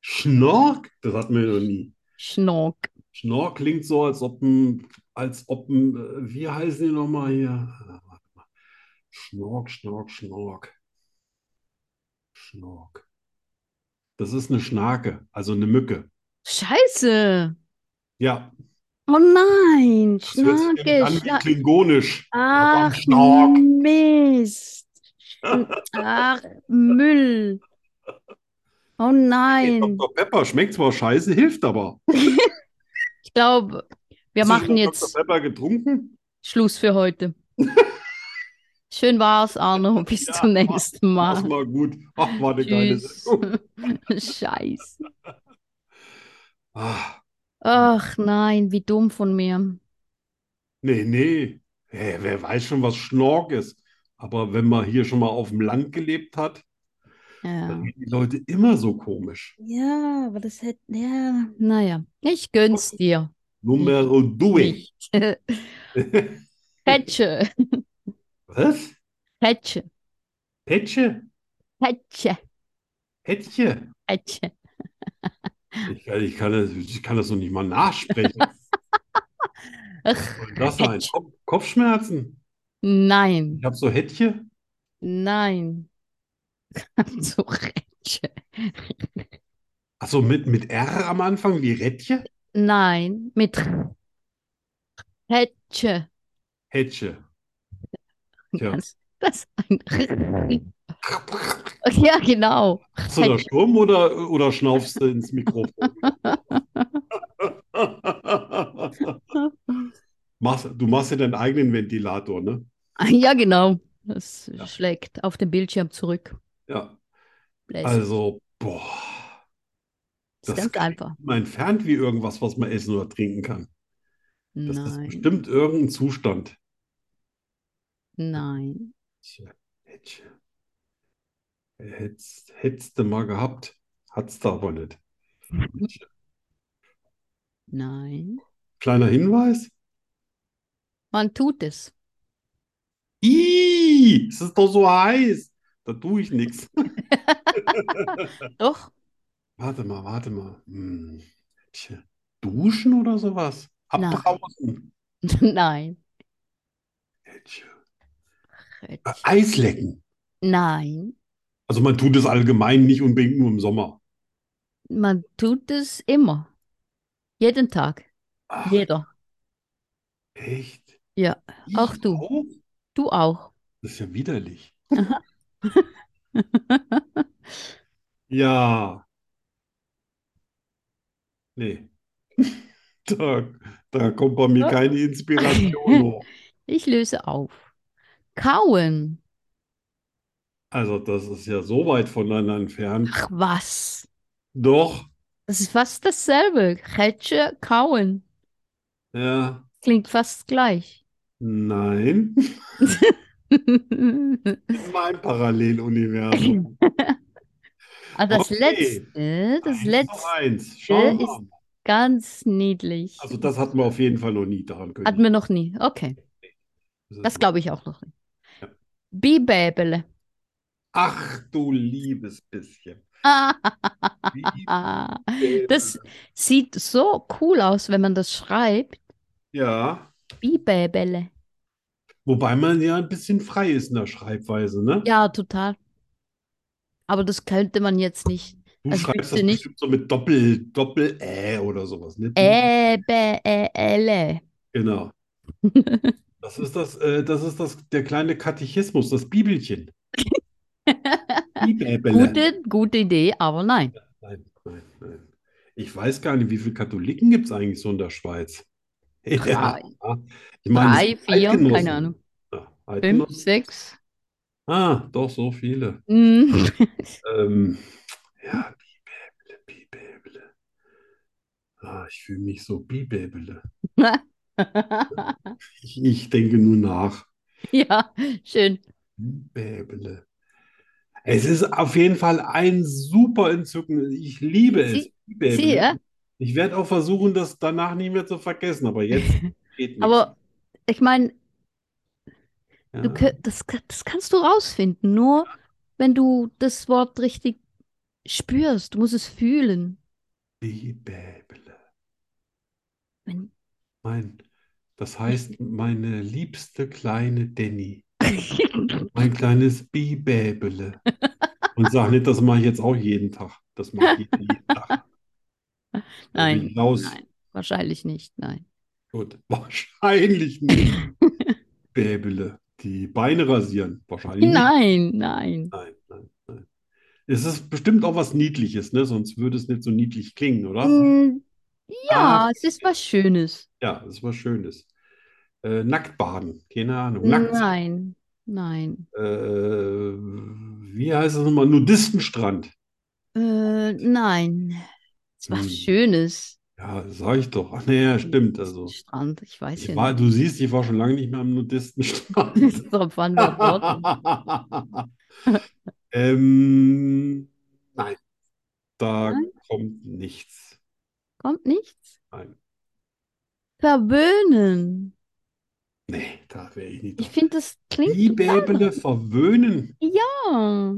Speaker 2: Schnork? Das hatten wir noch nie.
Speaker 1: Schnork.
Speaker 2: Schnorr klingt so, als ob ein, als ob ein, äh, wie heißen die nochmal hier? Ah, warte mal. Schnork, Schnork, Schnork. Schnork. Das ist eine Schnake, also eine Mücke.
Speaker 1: Scheiße.
Speaker 2: Ja,
Speaker 1: Oh nein.
Speaker 2: das hört sich nämlich
Speaker 1: Schnorke.
Speaker 2: an wie
Speaker 1: Schna
Speaker 2: Klingonisch. Ja, komm,
Speaker 1: Ach,
Speaker 2: Schnork.
Speaker 1: Mist. Ach, Müll. Oh
Speaker 2: Hey,
Speaker 1: nein.
Speaker 2: Dr. Pepper schmeckt zwar scheiße, hilft aber.
Speaker 1: Ich glaube, wir
Speaker 2: Hast du schon
Speaker 1: machen
Speaker 2: mal
Speaker 1: jetzt
Speaker 2: Dr. Pepper getrunken?
Speaker 1: Schluss für heute. Schön war's, Arno. Bis
Speaker 2: Ja,
Speaker 1: zum nächsten
Speaker 2: Das
Speaker 1: Mal.
Speaker 2: war gut. Ach, war eine geile
Speaker 1: Tschüss.
Speaker 2: Sendung.
Speaker 1: Scheiße.
Speaker 2: Ah,
Speaker 1: Ach nein, wie dumm von mir.
Speaker 2: nee, nee. Hä, wer weiß schon, was Schnork ist. Aber wenn man hier schon mal auf dem Land gelebt hat,
Speaker 1: Ja.
Speaker 2: dann sind die Leute immer so komisch.
Speaker 1: Ja, aber das hätte, ja, naja, ich gönn's dir.
Speaker 2: Numero due.
Speaker 1: Nicht. Petsche,
Speaker 2: Was?
Speaker 1: Petsche,
Speaker 2: Petsche?
Speaker 1: Petsche,
Speaker 2: Hättche?
Speaker 1: Petsche.
Speaker 2: Ich, ich kann das, ich kann das noch nicht mal nachsprechen.
Speaker 1: Ach,
Speaker 2: Was soll das sein?
Speaker 1: Hättche.
Speaker 2: Kopf, Kopfschmerzen?
Speaker 1: nein,
Speaker 2: Ich habe so Hättche.
Speaker 1: nein. So Retsche.
Speaker 2: Ach so, mit, mit R am Anfang, wie Rädchen?
Speaker 1: Nein, mit R- Retsche.
Speaker 2: Hätsche. Tja.
Speaker 1: Das, das ist ein R- Ja, genau.
Speaker 2: Hast du da
Speaker 1: Hättche.
Speaker 2: Sturm oder, oder schnaufst du ins Mikrofon? machst, du machst ja deinen eigenen Ventilator, ne?
Speaker 1: Ja, genau. Das
Speaker 2: Ja.
Speaker 1: schlägt auf den Bildschirm zurück.
Speaker 2: Ja.
Speaker 1: Bläst.
Speaker 2: Also, boah,
Speaker 1: Ist
Speaker 2: das
Speaker 1: ganz
Speaker 2: klingt
Speaker 1: einfach.
Speaker 2: man entfernt wie irgendwas, was man essen oder trinken kann. Das ist
Speaker 1: Nein,
Speaker 2: bestimmt irgendein Zustand.
Speaker 1: nein.
Speaker 2: Hätsche. Hätsche. Hättst, hättst du mal gehabt, hat's da aber nicht.
Speaker 1: Nein.
Speaker 2: Kleiner Hinweis.
Speaker 1: Man tut es.
Speaker 2: Ih, es ist doch so heiß. Da tue ich nichts.
Speaker 1: Doch.
Speaker 2: Warte mal, warte mal. Hm. Tja, duschen oder sowas?
Speaker 1: Nein.
Speaker 2: Abbrausen.
Speaker 1: Nein.
Speaker 2: Tja, äh, Eis lecken.
Speaker 1: Nein.
Speaker 2: Also man tut es allgemein nicht unbedingt nur im Sommer.
Speaker 1: Man tut es immer. Jeden Tag.
Speaker 2: Ach,
Speaker 1: Jeder.
Speaker 2: echt?
Speaker 1: Ja,
Speaker 2: Ich
Speaker 1: auch du.
Speaker 2: auch?
Speaker 1: Du auch.
Speaker 2: Das ist ja widerlich. Ja. Nee. Da, da kommt bei mir keine Inspiration hoch.
Speaker 1: Ich löse auf. Kauen.
Speaker 2: Also das ist ja so weit voneinander entfernt.
Speaker 1: Ach was.
Speaker 2: Doch,
Speaker 1: Das ist fast dasselbe. Retsche, kauen.
Speaker 2: ja,
Speaker 1: Klingt fast gleich.
Speaker 2: nein.
Speaker 1: Ah,
Speaker 2: In meinem Paralleluniversum.
Speaker 1: Ah, das
Speaker 2: Okay.
Speaker 1: letzte, das
Speaker 2: Eins zu
Speaker 1: letzte
Speaker 2: Eins. Schauen wir
Speaker 1: ist-
Speaker 2: mal.
Speaker 1: ganz niedlich.
Speaker 2: Also das hatten wir auf jeden Fall noch nie daran können.
Speaker 1: Hatten wir noch nie. Okay. Das glaube ich auch noch nicht.
Speaker 2: Ja.
Speaker 1: Bibäbele.
Speaker 2: Ach du liebes bisschen. Wie-
Speaker 1: Ah, das sieht so cool aus, wenn man das schreibt.
Speaker 2: Ja,
Speaker 1: Bibäbele.
Speaker 2: wobei man ja ein bisschen frei ist in der Schreibweise, ne?
Speaker 1: Ja, total. Aber das könnte man jetzt nicht.
Speaker 2: Du
Speaker 1: Also ich
Speaker 2: schreibst
Speaker 1: wüsste
Speaker 2: das
Speaker 1: nicht-
Speaker 2: bestimmt so mit Doppel, Doppel Ä oder sowas, ne?
Speaker 1: Äbele.
Speaker 2: Genau. Das ist das, äh, das ist das, der kleine Katechismus, das Bibelchen. Bibelbele.
Speaker 1: Gute, gute Idee, aber nein.
Speaker 2: Nein, nein, nein. Ich weiß gar nicht, wie viele Katholiken gibt es eigentlich so in der Schweiz? Ja,
Speaker 1: Drei,
Speaker 2: ich meine,
Speaker 1: drei,
Speaker 2: es sind
Speaker 1: vier,
Speaker 2: Eidgenossen.
Speaker 1: keine Ahnung.
Speaker 2: Ja,
Speaker 1: Fünf,
Speaker 2: Eidgenossen.
Speaker 1: sechs.
Speaker 2: Ah, doch, so viele.
Speaker 1: Mm.
Speaker 2: Ähm, ja, Bibelbele, Bibelbele. Ah, ich fühle mich so Bibelbele. Ich, ich denke nur nach.
Speaker 1: Ja, schön.
Speaker 2: Bäbele. Es ist auf jeden Fall ein super entzückendes. Ich liebe es.
Speaker 1: Sie-
Speaker 2: Bäbele.
Speaker 1: Sie, ja?
Speaker 2: Ich werde auch versuchen, das danach nicht mehr zu vergessen, aber jetzt geht nichts.
Speaker 1: Aber ich meine,
Speaker 2: Ja.
Speaker 1: du kö- das, ka- das kannst du rausfinden, nur wenn du das Wort richtig spürst. Du musst es fühlen.
Speaker 2: Bäbele.
Speaker 1: Wenn,
Speaker 2: Mein, das heißt,
Speaker 1: Hm.
Speaker 2: meine liebste kleine Danny. Mein kleines Bibäbele. Und sag nicht, das mache ich jetzt auch jeden Tag. Das macht jeder jeden Tag. Da bin
Speaker 1: nein,
Speaker 2: ich raus.
Speaker 1: nein, wahrscheinlich nicht, nein.
Speaker 2: Gut, wahrscheinlich nicht. Bäbele. Die Beine rasieren. Wahrscheinlich nicht.
Speaker 1: Nein, nein.
Speaker 2: Nein, nein, nein. Es ist bestimmt auch was Niedliches, ne? Sonst würde es nicht so niedlich klingen, oder?
Speaker 1: Mm, Ja,
Speaker 2: Ah.
Speaker 1: es ist was Schönes.
Speaker 2: Ja, das ist was Schönes. Äh, Nacktbaden, keine Ahnung. Nackt,
Speaker 1: Nein, Nein.
Speaker 2: Äh, wie heißt das nochmal? Nudistenstrand.
Speaker 1: Äh, nein. Es war
Speaker 2: Hm.
Speaker 1: schönes
Speaker 2: Ja, sag ich doch. Ach, naja, stimmt. Also,
Speaker 1: Strand. Ich weiß
Speaker 2: ich
Speaker 1: ja
Speaker 2: war,
Speaker 1: nicht.
Speaker 2: du siehst, ich war schon lange nicht mehr am Nudistenstrand.
Speaker 1: Es Drauf wann wir dort waren.
Speaker 2: ähm, nein, da
Speaker 1: Nein?
Speaker 2: kommt nichts.
Speaker 1: Kommt nichts.
Speaker 2: Nein,
Speaker 1: Verwöhnen.
Speaker 2: nee, da wäre ich nicht
Speaker 1: Ich
Speaker 2: drauf.
Speaker 1: finde, das klingt
Speaker 2: Die Bäbele verwöhnen.
Speaker 1: ja.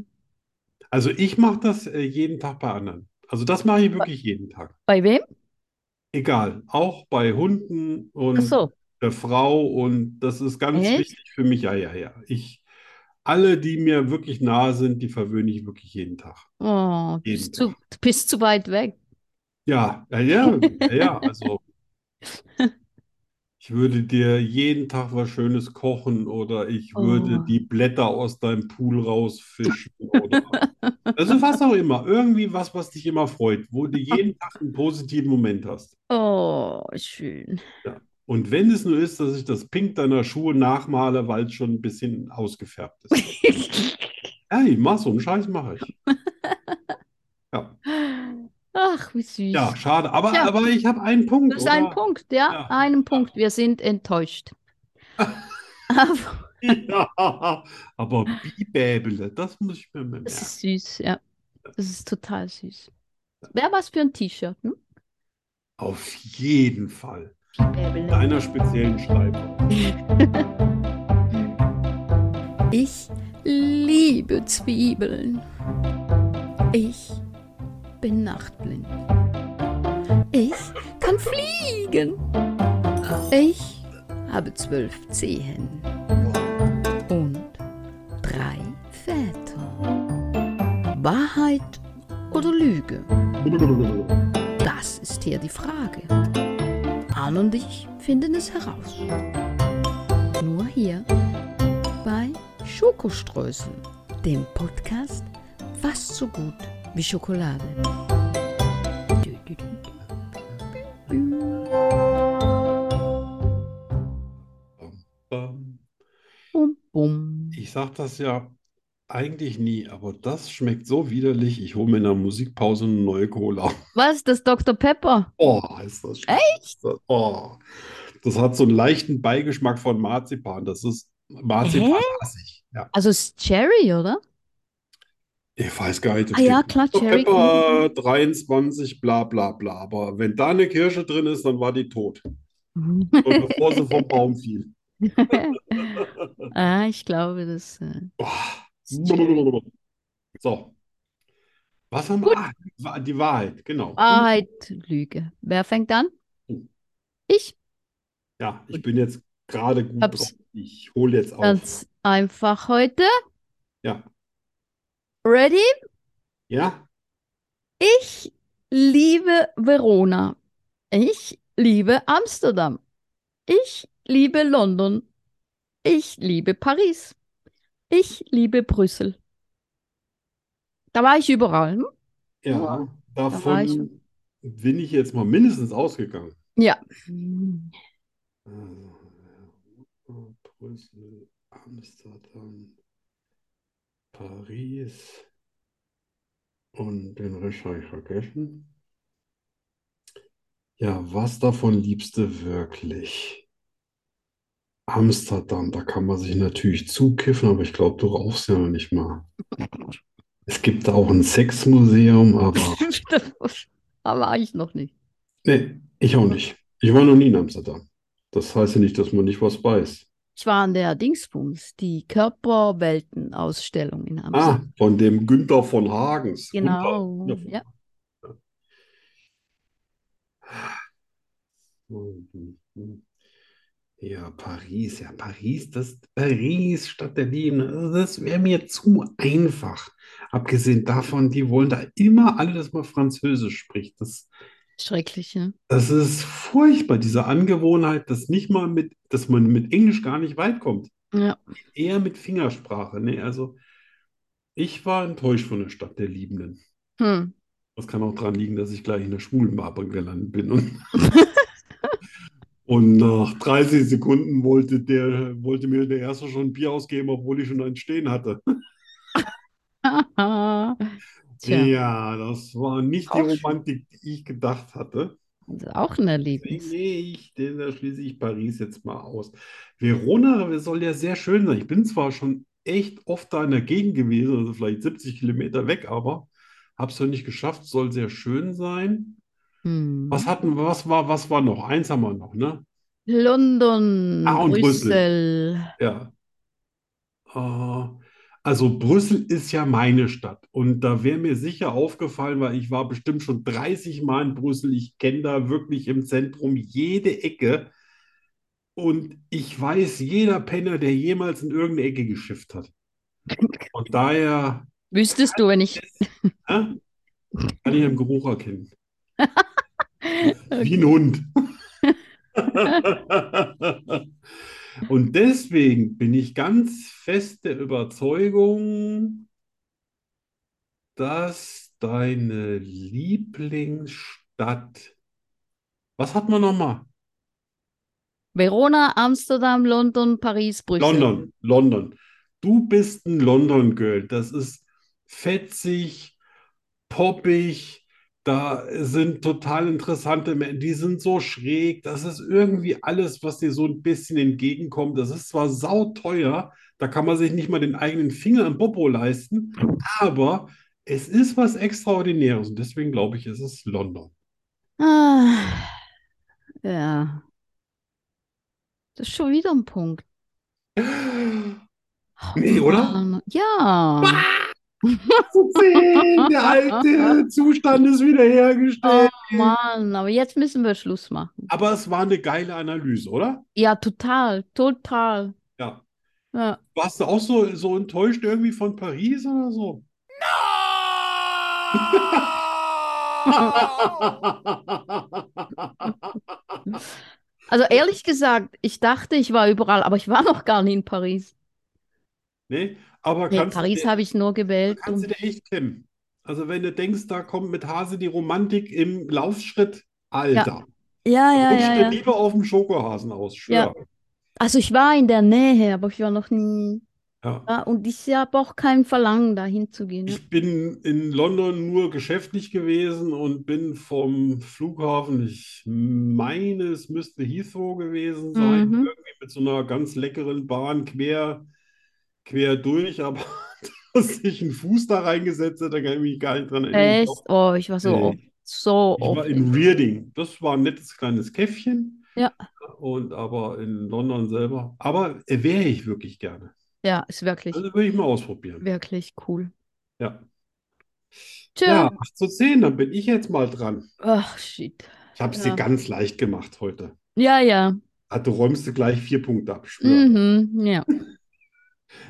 Speaker 2: Also ich mache das äh, jeden Tag bei anderen. Also das mache ich wirklich jeden Tag.
Speaker 1: Bei wem?
Speaker 2: Egal, auch bei Hunden
Speaker 1: Ach
Speaker 2: und
Speaker 1: so.
Speaker 2: der Frau und das ist ganz
Speaker 1: Echt?
Speaker 2: wichtig für mich. Ja, ja, ja. Ich, alle, die mir wirklich nahe sind, die verwöhne ich wirklich jeden Tag.
Speaker 1: Oh, du
Speaker 2: Jeden
Speaker 1: bist zu, du bist zu weit weg.
Speaker 2: Ja, ja, ja, ja, ja, also ich würde dir jeden Tag was Schönes kochen oder ich würde
Speaker 1: Oh.
Speaker 2: die Blätter aus deinem Pool rausfischen oder also was auch immer, irgendwie was, was dich immer freut, wo du jeden Tag einen positiven Moment hast.
Speaker 1: Oh, schön.
Speaker 2: Und wenn es nur ist, dass ich das Pink deiner Schuhe nachmale, weil es schon ein bisschen ausgefärbt ist. Ja, ich mach so einen Scheiß, mache ich. Ja,
Speaker 1: Ach, wie süß.
Speaker 2: ja, schade, aber,
Speaker 1: Tja.
Speaker 2: aber ich habe einen Punkt,
Speaker 1: Das ist ein
Speaker 2: oder?
Speaker 1: Punkt, ja,
Speaker 2: Ja.
Speaker 1: einen Punkt. Wir sind enttäuscht. Aber
Speaker 2: Ja, aber Bibäbele, das muss ich mir mal merken.
Speaker 1: es ist süß, ja. Das ist total süß. Wäre was für ein T-Shirt, ne?
Speaker 2: Auf jeden Fall.
Speaker 1: Bäbele.
Speaker 2: Mit einer speziellen Schreibe.
Speaker 3: Ich liebe Zwiebeln. Ich bin nachtblind. Ich kann fliegen. Ich habe zwölf Zehen und drei Väter. Wahrheit oder Lüge? Das ist hier die Frage. Anne und ich finden es heraus. Nur hier bei Schokoströßen, dem Podcast fast so gut wie Schokolade.
Speaker 2: Ähm,
Speaker 1: Bum, bum.
Speaker 2: Ich sag das ja eigentlich nie, aber das schmeckt so widerlich. Ich hole mir in der Musikpause eine neue Cola.
Speaker 1: Was, das Dr. Pepper?
Speaker 2: Oh, ist das schlimm. Echt? Oh, das hat so einen leichten Beigeschmack von Marzipan. Das ist Marzipanhassig. Ja.
Speaker 1: Also es ist Cherry, oder?
Speaker 2: Ich weiß gar nicht. das
Speaker 1: Ah ja,
Speaker 2: steht-
Speaker 1: klar, Cherry.
Speaker 2: Pepper 23, bla bla bla. Aber wenn da eine Kirsche drin ist, dann war die tot.
Speaker 1: Mhm.
Speaker 2: Und bevor sie vom Baum fiel.
Speaker 1: ah, ich glaube, das äh,
Speaker 2: Boah.
Speaker 1: ist Cherry.
Speaker 2: So. Was haben wir? Ah, die Wa- die Wahrheit, genau.
Speaker 1: Ah. Wahrheit, Lüge. Wer fängt an? Ich.
Speaker 2: Ja, ich bin jetzt gerade gut
Speaker 1: Hab's.
Speaker 2: drauf. Ich hole jetzt auf.
Speaker 1: Ganz einfach heute.
Speaker 2: Ja.
Speaker 1: Ready?
Speaker 2: Ja?
Speaker 1: Ich liebe Verona. Ich liebe Amsterdam. Ich liebe London. Ich liebe Paris. Ich liebe Brüssel. Da war ich überall. Hm?
Speaker 2: Ja.
Speaker 1: da war ich.
Speaker 2: Davon bin ich jetzt mal mindestens ausgegangen.
Speaker 1: Ja.
Speaker 2: Also, Brüssel, Amsterdam, Paris und den Rest habe ich vergessen. Ja, was davon liebst du wirklich? Amsterdam, da kann man sich natürlich zukiffen, aber ich glaube, du rauchst ja noch nicht mal. Es gibt da auch ein Sexmuseum, aber
Speaker 1: Da war ich noch nicht.
Speaker 2: nee, ich auch nicht. Ich war noch nie in Amsterdam. Das heißt ja nicht, dass man nicht was weiß.
Speaker 1: Ich war an der Dingsbums, die Körperweltenausstellung in
Speaker 2: Ah,
Speaker 1: Amsterdam.
Speaker 2: von dem Günther von Hagens.
Speaker 1: Genau.
Speaker 2: Günther.
Speaker 1: Ja.
Speaker 2: Ja, Paris, ja, Paris, das Paris, Stadt der Liebe, also das wäre mir zu einfach. Abgesehen davon, die wollen da immer alle, dass man Französisch spricht. Das,
Speaker 1: Schrecklich, ne?
Speaker 2: das ist furchtbar, diese Angewohnheit, dass nicht mal mit, dass man mit Englisch gar nicht weit kommt.
Speaker 1: Ja.
Speaker 2: Eher mit Fingersprache. Nee, also ich war enttäuscht von der Stadt der Liebenden.
Speaker 1: Hm.
Speaker 2: Das kann auch daran liegen, dass ich gleich in der Schwulenbar gelandet bin und Und nach 30 Sekunden wollte, der, wollte mir der Erste schon ein Bier ausgeben, obwohl ich schon ein Stehen hatte.
Speaker 1: Tja,
Speaker 2: Ja, das war nicht die
Speaker 1: Auch schön.
Speaker 2: Romantik, die ich gedacht hatte.
Speaker 1: das ist auch ein Erlebnis.
Speaker 2: Nee, ich, den, da schließe ich Paris jetzt mal aus. Verona soll ja sehr schön sein. Ich bin zwar schon echt oft da in der Gegend gewesen, also vielleicht 70 Kilometer weg, aber habe es noch nicht geschafft. Soll sehr schön sein.
Speaker 1: Hm.
Speaker 2: Was hatten, was war, was war noch? Eins haben wir noch, ne?
Speaker 1: London,
Speaker 2: Ah, und
Speaker 1: Brüssel.
Speaker 2: Ja. Äh, Also Brüssel ist ja meine Stadt und da wäre mir sicher aufgefallen, weil ich war bestimmt schon 30 Mal in Brüssel. Ich kenne da wirklich im Zentrum jede Ecke und ich weiß, jeder Penner, der jemals in irgendeine Ecke geschifft hat. Von daher,
Speaker 1: Wüsstest du, wenn ich.
Speaker 2: ne, kann ich im Geruch erkennen. Wie ein Hund. Und deswegen bin ich ganz fest der Überzeugung, dass deine Lieblingsstadt, was hat man nochmal?
Speaker 1: Verona, Amsterdam, London, Paris, Brüssel.
Speaker 2: London, London. Du bist ein London-Girl. Das ist fetzig, poppig. Da sind total interessante Menschen. Die sind so schräg. Das ist irgendwie alles, was dir so ein bisschen entgegenkommt. Das ist zwar sauteuer, da kann man sich nicht mal den eigenen Finger im Popo leisten, aber es ist was Extraordinäres. Und deswegen glaube ich, es ist London.
Speaker 1: Ah, ja. Das ist schon wieder ein Punkt.
Speaker 2: Nee, oder?
Speaker 1: Ja.
Speaker 2: Der alte Zustand ist wiederhergestellt.
Speaker 1: Mann, aber jetzt müssen wir Schluss machen.
Speaker 2: Aber es war eine geile Analyse, oder?
Speaker 1: Ja, total, total.
Speaker 2: Ja.
Speaker 1: Ja.
Speaker 2: Warst du auch so, so enttäuscht irgendwie von Paris oder so?
Speaker 1: Also ehrlich gesagt, ich dachte, ich war überall, aber ich war noch gar nie in Paris.
Speaker 2: nee, aber
Speaker 1: Nee,
Speaker 2: kannst,
Speaker 1: Paris
Speaker 2: du,
Speaker 1: habe ich nur
Speaker 2: dir,
Speaker 1: gewählt,
Speaker 2: kannst du
Speaker 1: um
Speaker 2: dir echt klemmen. Also wenn du denkst, da kommt mit Hase die Romantik im Laufschritt, Alter,
Speaker 1: Ja, ja,
Speaker 2: rutsch
Speaker 1: ja,
Speaker 2: dir
Speaker 1: ja.
Speaker 2: lieber auf dem Schokohasen aus,
Speaker 1: Ja.
Speaker 2: schwör.
Speaker 1: Also ich war in der Nähe, aber ich war noch nie
Speaker 2: Ja.
Speaker 1: da und ich habe auch kein Verlangen, da hinzugehen. ne?
Speaker 2: Ich bin in London nur geschäftlich gewesen und bin vom Flughafen, ich meine, es müsste Heathrow gewesen sein,
Speaker 1: Mhm.
Speaker 2: irgendwie mit so einer ganz leckeren Bahn quer, quer durch, aber dass ich einen Fuß da reingesetzt hätte, da kann ich mich gar nicht dran erinnern. Ich
Speaker 1: Echt?
Speaker 2: glaub,
Speaker 1: Oh, ich war so
Speaker 2: Nee.
Speaker 1: oft, so
Speaker 2: Ich war
Speaker 1: oft.
Speaker 2: in Reading. Das war ein nettes kleines Käffchen.
Speaker 1: Ja.
Speaker 2: Und aber in London selber. Aber äh, wäre ich wirklich gerne.
Speaker 1: Ja, ist wirklich,
Speaker 2: Also würde ich mal ausprobieren.
Speaker 1: wirklich cool.
Speaker 2: Ja. Ja,
Speaker 1: Tja.
Speaker 2: 8 zu 10, dann bin ich jetzt mal dran.
Speaker 1: Ach, shit.
Speaker 2: Ich habe es
Speaker 1: Ja.
Speaker 2: dir ganz leicht gemacht heute.
Speaker 1: Ja, ja.
Speaker 2: Ah, Du räumst dir gleich vier Punkte ab. Schwör.
Speaker 1: Mhm. Ja.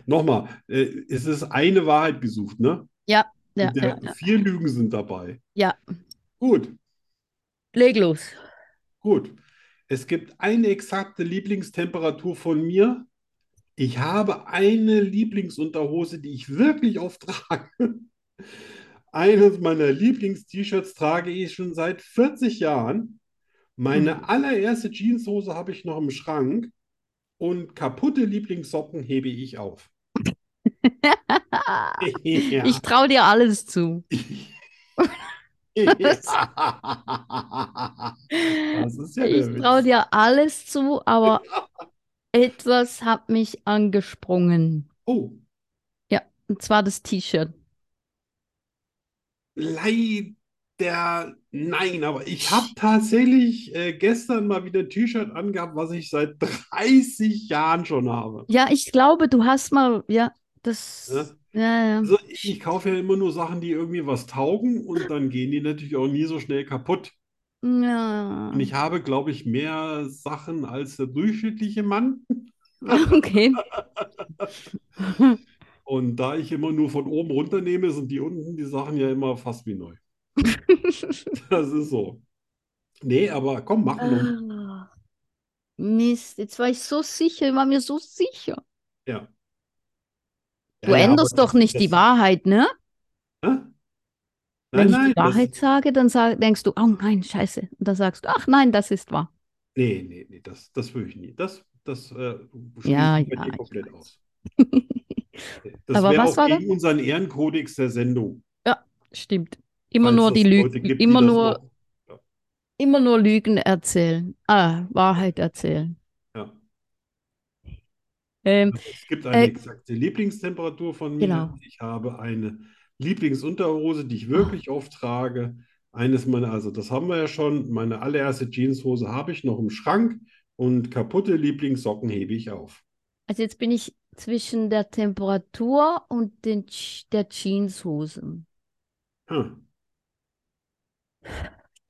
Speaker 2: Nochmal, äh, es ist eine Wahrheit gesucht, ne?
Speaker 1: Ja, ja,
Speaker 2: Und der,
Speaker 1: ja, ja.
Speaker 2: vier Lügen sind dabei.
Speaker 1: Ja.
Speaker 2: Gut,
Speaker 1: Leg los.
Speaker 2: gut. Es gibt eine exakte Lieblingstemperatur von mir. Ich habe eine Lieblingsunterhose, die ich wirklich oft trage. Eines meiner Lieblings-T-Shirts trage ich schon seit 40 Jahren.
Speaker 1: Hm.
Speaker 2: Meine allererste Jeanshose habe ich noch im Schrank und kaputte Lieblingssocken hebe ich auf. Ja.
Speaker 1: Ich traue dir alles zu.
Speaker 2: Das ist ja
Speaker 1: Ich
Speaker 2: der
Speaker 1: traue
Speaker 2: Witz.
Speaker 1: dir alles zu, aber etwas hat mich angesprungen.
Speaker 2: Oh,
Speaker 1: Und zwar das T-Shirt.
Speaker 2: leider nein, aber ich habe tatsächlich äh, gestern mal wieder ein T-Shirt angehabt, was ich seit 30 Jahren schon habe.
Speaker 1: Ja, ich glaube, du hast mal, ja, das,
Speaker 2: Ja.
Speaker 1: ja, ja.
Speaker 2: Also ich, ich kaufe ja immer nur Sachen, die irgendwie was taugen und dann gehen die natürlich auch nie so schnell kaputt.
Speaker 1: Ja.
Speaker 2: Und ich habe, glaube ich, mehr Sachen als der durchschnittliche Mann.
Speaker 1: Okay.
Speaker 2: Und da ich immer nur von oben runter nehme, sind die unten die Sachen ja immer fast wie neu. Das ist so. Nee, aber komm, mach mal.
Speaker 1: Ah, Mist, jetzt war ich so sicher, ich war mir so sicher.
Speaker 2: Ja.
Speaker 1: Du
Speaker 2: Ja, ja,
Speaker 1: änderst
Speaker 2: aber
Speaker 1: doch nicht die
Speaker 2: das-
Speaker 1: Wahrheit, ne?
Speaker 2: Hä?
Speaker 1: Wenn ich
Speaker 2: Nein, nein,
Speaker 1: die Wahrheit sage, dann sag, denkst du, oh nein, scheiße. Und dann sagst du, ach nein, das ist wahr.
Speaker 2: Nee, nee, nee, das, das will ich nie. Das, das äh, schließe
Speaker 1: Ja,
Speaker 2: ich bei
Speaker 1: ja,
Speaker 2: dir
Speaker 1: ich
Speaker 2: komplett aus. Das
Speaker 1: Aber
Speaker 2: wäre
Speaker 1: was
Speaker 2: auch
Speaker 1: war das?
Speaker 2: gegen unseren Ehrenkodex der Sendung,
Speaker 1: Stimmt. Immer
Speaker 2: falls
Speaker 1: nur die
Speaker 2: das Leute
Speaker 1: Lügen,
Speaker 2: gibt, die
Speaker 1: immer
Speaker 2: das
Speaker 1: nur,
Speaker 2: noch.
Speaker 1: immer nur Lügen erzählen. Ah, Wahrheit erzählen.
Speaker 2: Ja.
Speaker 1: Ähm,
Speaker 2: Es gibt eine
Speaker 1: Äh,
Speaker 2: exakte Lieblingstemperatur von mir.
Speaker 1: genau.
Speaker 2: Ich habe eine Lieblingsunterhose, die ich wirklich oft trage. Eines meiner, also das haben wir ja schon. Meine allererste Jeanshose habe ich noch im Schrank und kaputte Lieblingssocken hebe ich auf.
Speaker 1: also jetzt bin ich zwischen der Temperatur und den, Je- der Jeanshosen.
Speaker 2: Hm.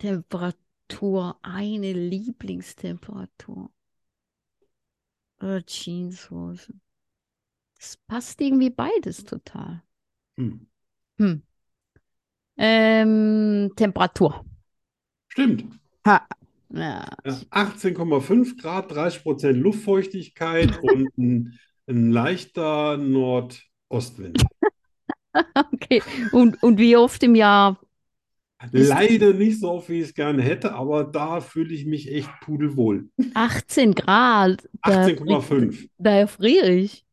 Speaker 1: Temperatur, eine Lieblingstemperatur. Oder Jeanshosen. Das passt irgendwie beides total.
Speaker 2: Hm.
Speaker 1: Hm. Ähm, Temperatur.
Speaker 2: Stimmt.
Speaker 1: Ja,
Speaker 2: Ja, 18,5 Grad, 30 Prozent Luftfeuchtigkeit und ein, ein leichter Nordostwind.
Speaker 1: okay. Und, und wie oft im Jahr? Ist-
Speaker 2: Leider nicht so oft, wie ich es gerne hätte, aber da fühle ich mich echt pudelwohl.
Speaker 1: 18 Grad. Da, frier-
Speaker 2: 18,5.
Speaker 1: da erfriere ich.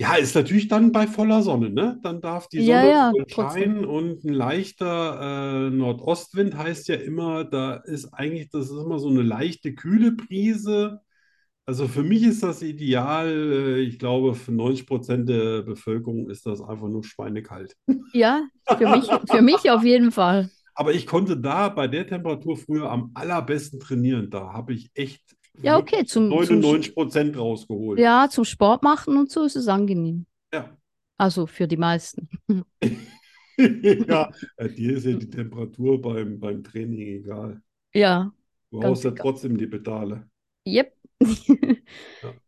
Speaker 2: Ja, ist natürlich dann bei voller Sonne, ne? Dann darf die
Speaker 1: Ja,
Speaker 2: Sonne
Speaker 1: ja,
Speaker 2: voll
Speaker 1: trotzdem.
Speaker 2: scheinen und ein leichter äh, Nordostwind heißt ja immer, da ist eigentlich, das ist immer so eine leichte, kühle Brise. Also für mich ist das ideal. äh, Ich glaube, für 90 Prozent der Bevölkerung ist das einfach nur schweinekalt.
Speaker 1: Ja, für mich, für mich auf jeden Fall.
Speaker 2: Aber ich konnte da bei der Temperatur früher am allerbesten trainieren. Da habe ich echt
Speaker 1: Ja, okay,
Speaker 2: wirklich
Speaker 1: zum, zum,
Speaker 2: 99 Prozent rausgeholt.
Speaker 1: ja, zum Sport machen und so ist es angenehm.
Speaker 2: Ja.
Speaker 1: Also für die meisten.
Speaker 2: Ja, äh, dir ist ja die Temperatur beim, beim Training egal.
Speaker 1: Ja,
Speaker 2: Du
Speaker 1: ganz
Speaker 2: haust ja
Speaker 1: egal.
Speaker 2: trotzdem die Pedale.
Speaker 1: Yep.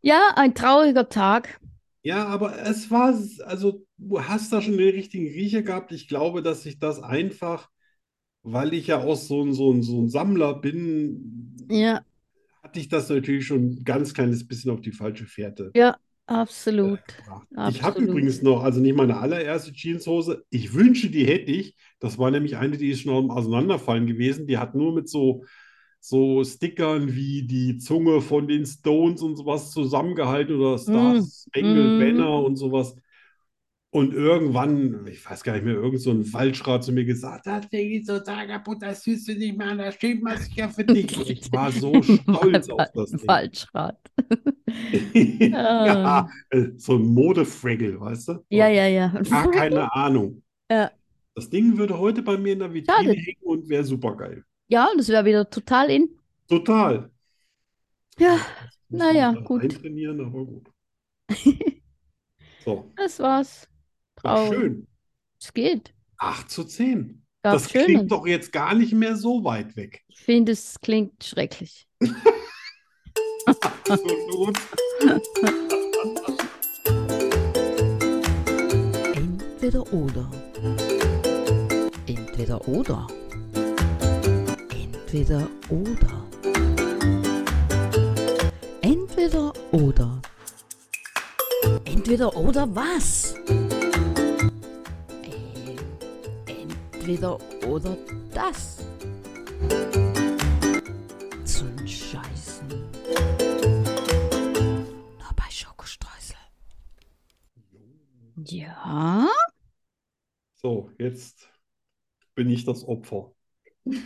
Speaker 1: Ja, ein trauriger Tag.
Speaker 2: Ja, aber es war, also du hast da schon den richtigen Riecher gehabt. Ich glaube, dass ich das einfach, weil ich ja auch so ein, so ein, so ein Sammler bin,
Speaker 1: Ja,
Speaker 2: hatte ich das natürlich schon ein ganz kleines bisschen auf die falsche Fährte
Speaker 1: ja, absolut.
Speaker 2: gebracht. Ich habe
Speaker 1: Absolut.
Speaker 2: übrigens noch, also nicht meine allererste Jeanshose, ich wünsche, die hätte ich. Das war nämlich eine, die ist schon am Auseinanderfallen gewesen. Die hat nur mit so, so Stickern wie die Zunge von den Stones und sowas zusammengehalten oder Star
Speaker 1: Mm,
Speaker 2: Spangled
Speaker 1: mm.
Speaker 2: Banner und sowas. Und irgendwann, ich weiß gar nicht mehr, irgend so ein Waldschrat zu mir gesagt, das Ding ist total kaputt, das siehst du nicht mehr an, da schämt man sich ja für dich. Und ich war so stolz auf das Ding.
Speaker 1: Falschrad.
Speaker 2: Ja, äh, so ein Modefraggle, weißt du?
Speaker 1: Ah. Ja, ja, ja.
Speaker 2: Gar keine Ahnung.
Speaker 1: Ja.
Speaker 2: Das Ding würde heute bei mir in der Vitrine
Speaker 1: Schade.
Speaker 2: hängen und wäre supergeil.
Speaker 1: Ja, das wäre wieder total in.
Speaker 2: Total.
Speaker 1: Ja,
Speaker 2: Muss
Speaker 1: naja,
Speaker 2: man da
Speaker 1: gut.
Speaker 2: Reintrainieren, aber gut. So,
Speaker 1: Das war's.
Speaker 2: war
Speaker 1: Traurig.
Speaker 2: schön.
Speaker 1: Es geht.
Speaker 2: 8 zu 10.
Speaker 1: Gab's
Speaker 2: Das
Speaker 1: Schönes.
Speaker 2: klingt doch jetzt gar nicht mehr so weit weg.
Speaker 1: Ich finde, es klingt schrecklich.
Speaker 2: So gut.
Speaker 3: Entweder oder. Entweder oder. Entweder oder. Entweder oder. Entweder oder was? Ähm, Entweder oder das. Zum Scheißen. Nur bei Schokostreusel.
Speaker 1: Ja.
Speaker 2: So, jetzt bin ich das Opfer.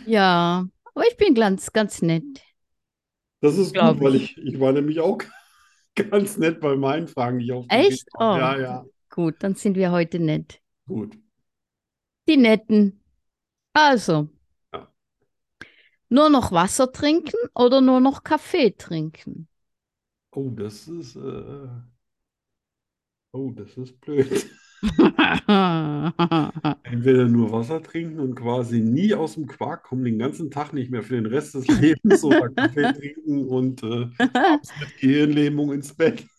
Speaker 1: Ja. Aber ich bin ganz, ganz nett.
Speaker 2: Das ist
Speaker 1: Glaub
Speaker 2: gut, weil ich, ich war nämlich auch ganz nett bei meinen Fragen, die ich aufgeschrieben
Speaker 1: Echt?
Speaker 2: habe.
Speaker 1: Oh.
Speaker 2: Ja, ja,
Speaker 1: Gut, dann sind wir heute nett.
Speaker 2: gut.
Speaker 1: Die Netten. Also.
Speaker 2: Ja.
Speaker 1: Nur noch Wasser trinken oder nur noch Kaffee trinken?
Speaker 2: Oh, das ist, äh, oh, das ist blöd. Entweder nur Wasser trinken und quasi nie aus dem Quark kommen, den ganzen Tag nicht mehr für den Rest des Lebens oder Kaffee trinken und äh, abends mit Gehirnlähmung ins Bett.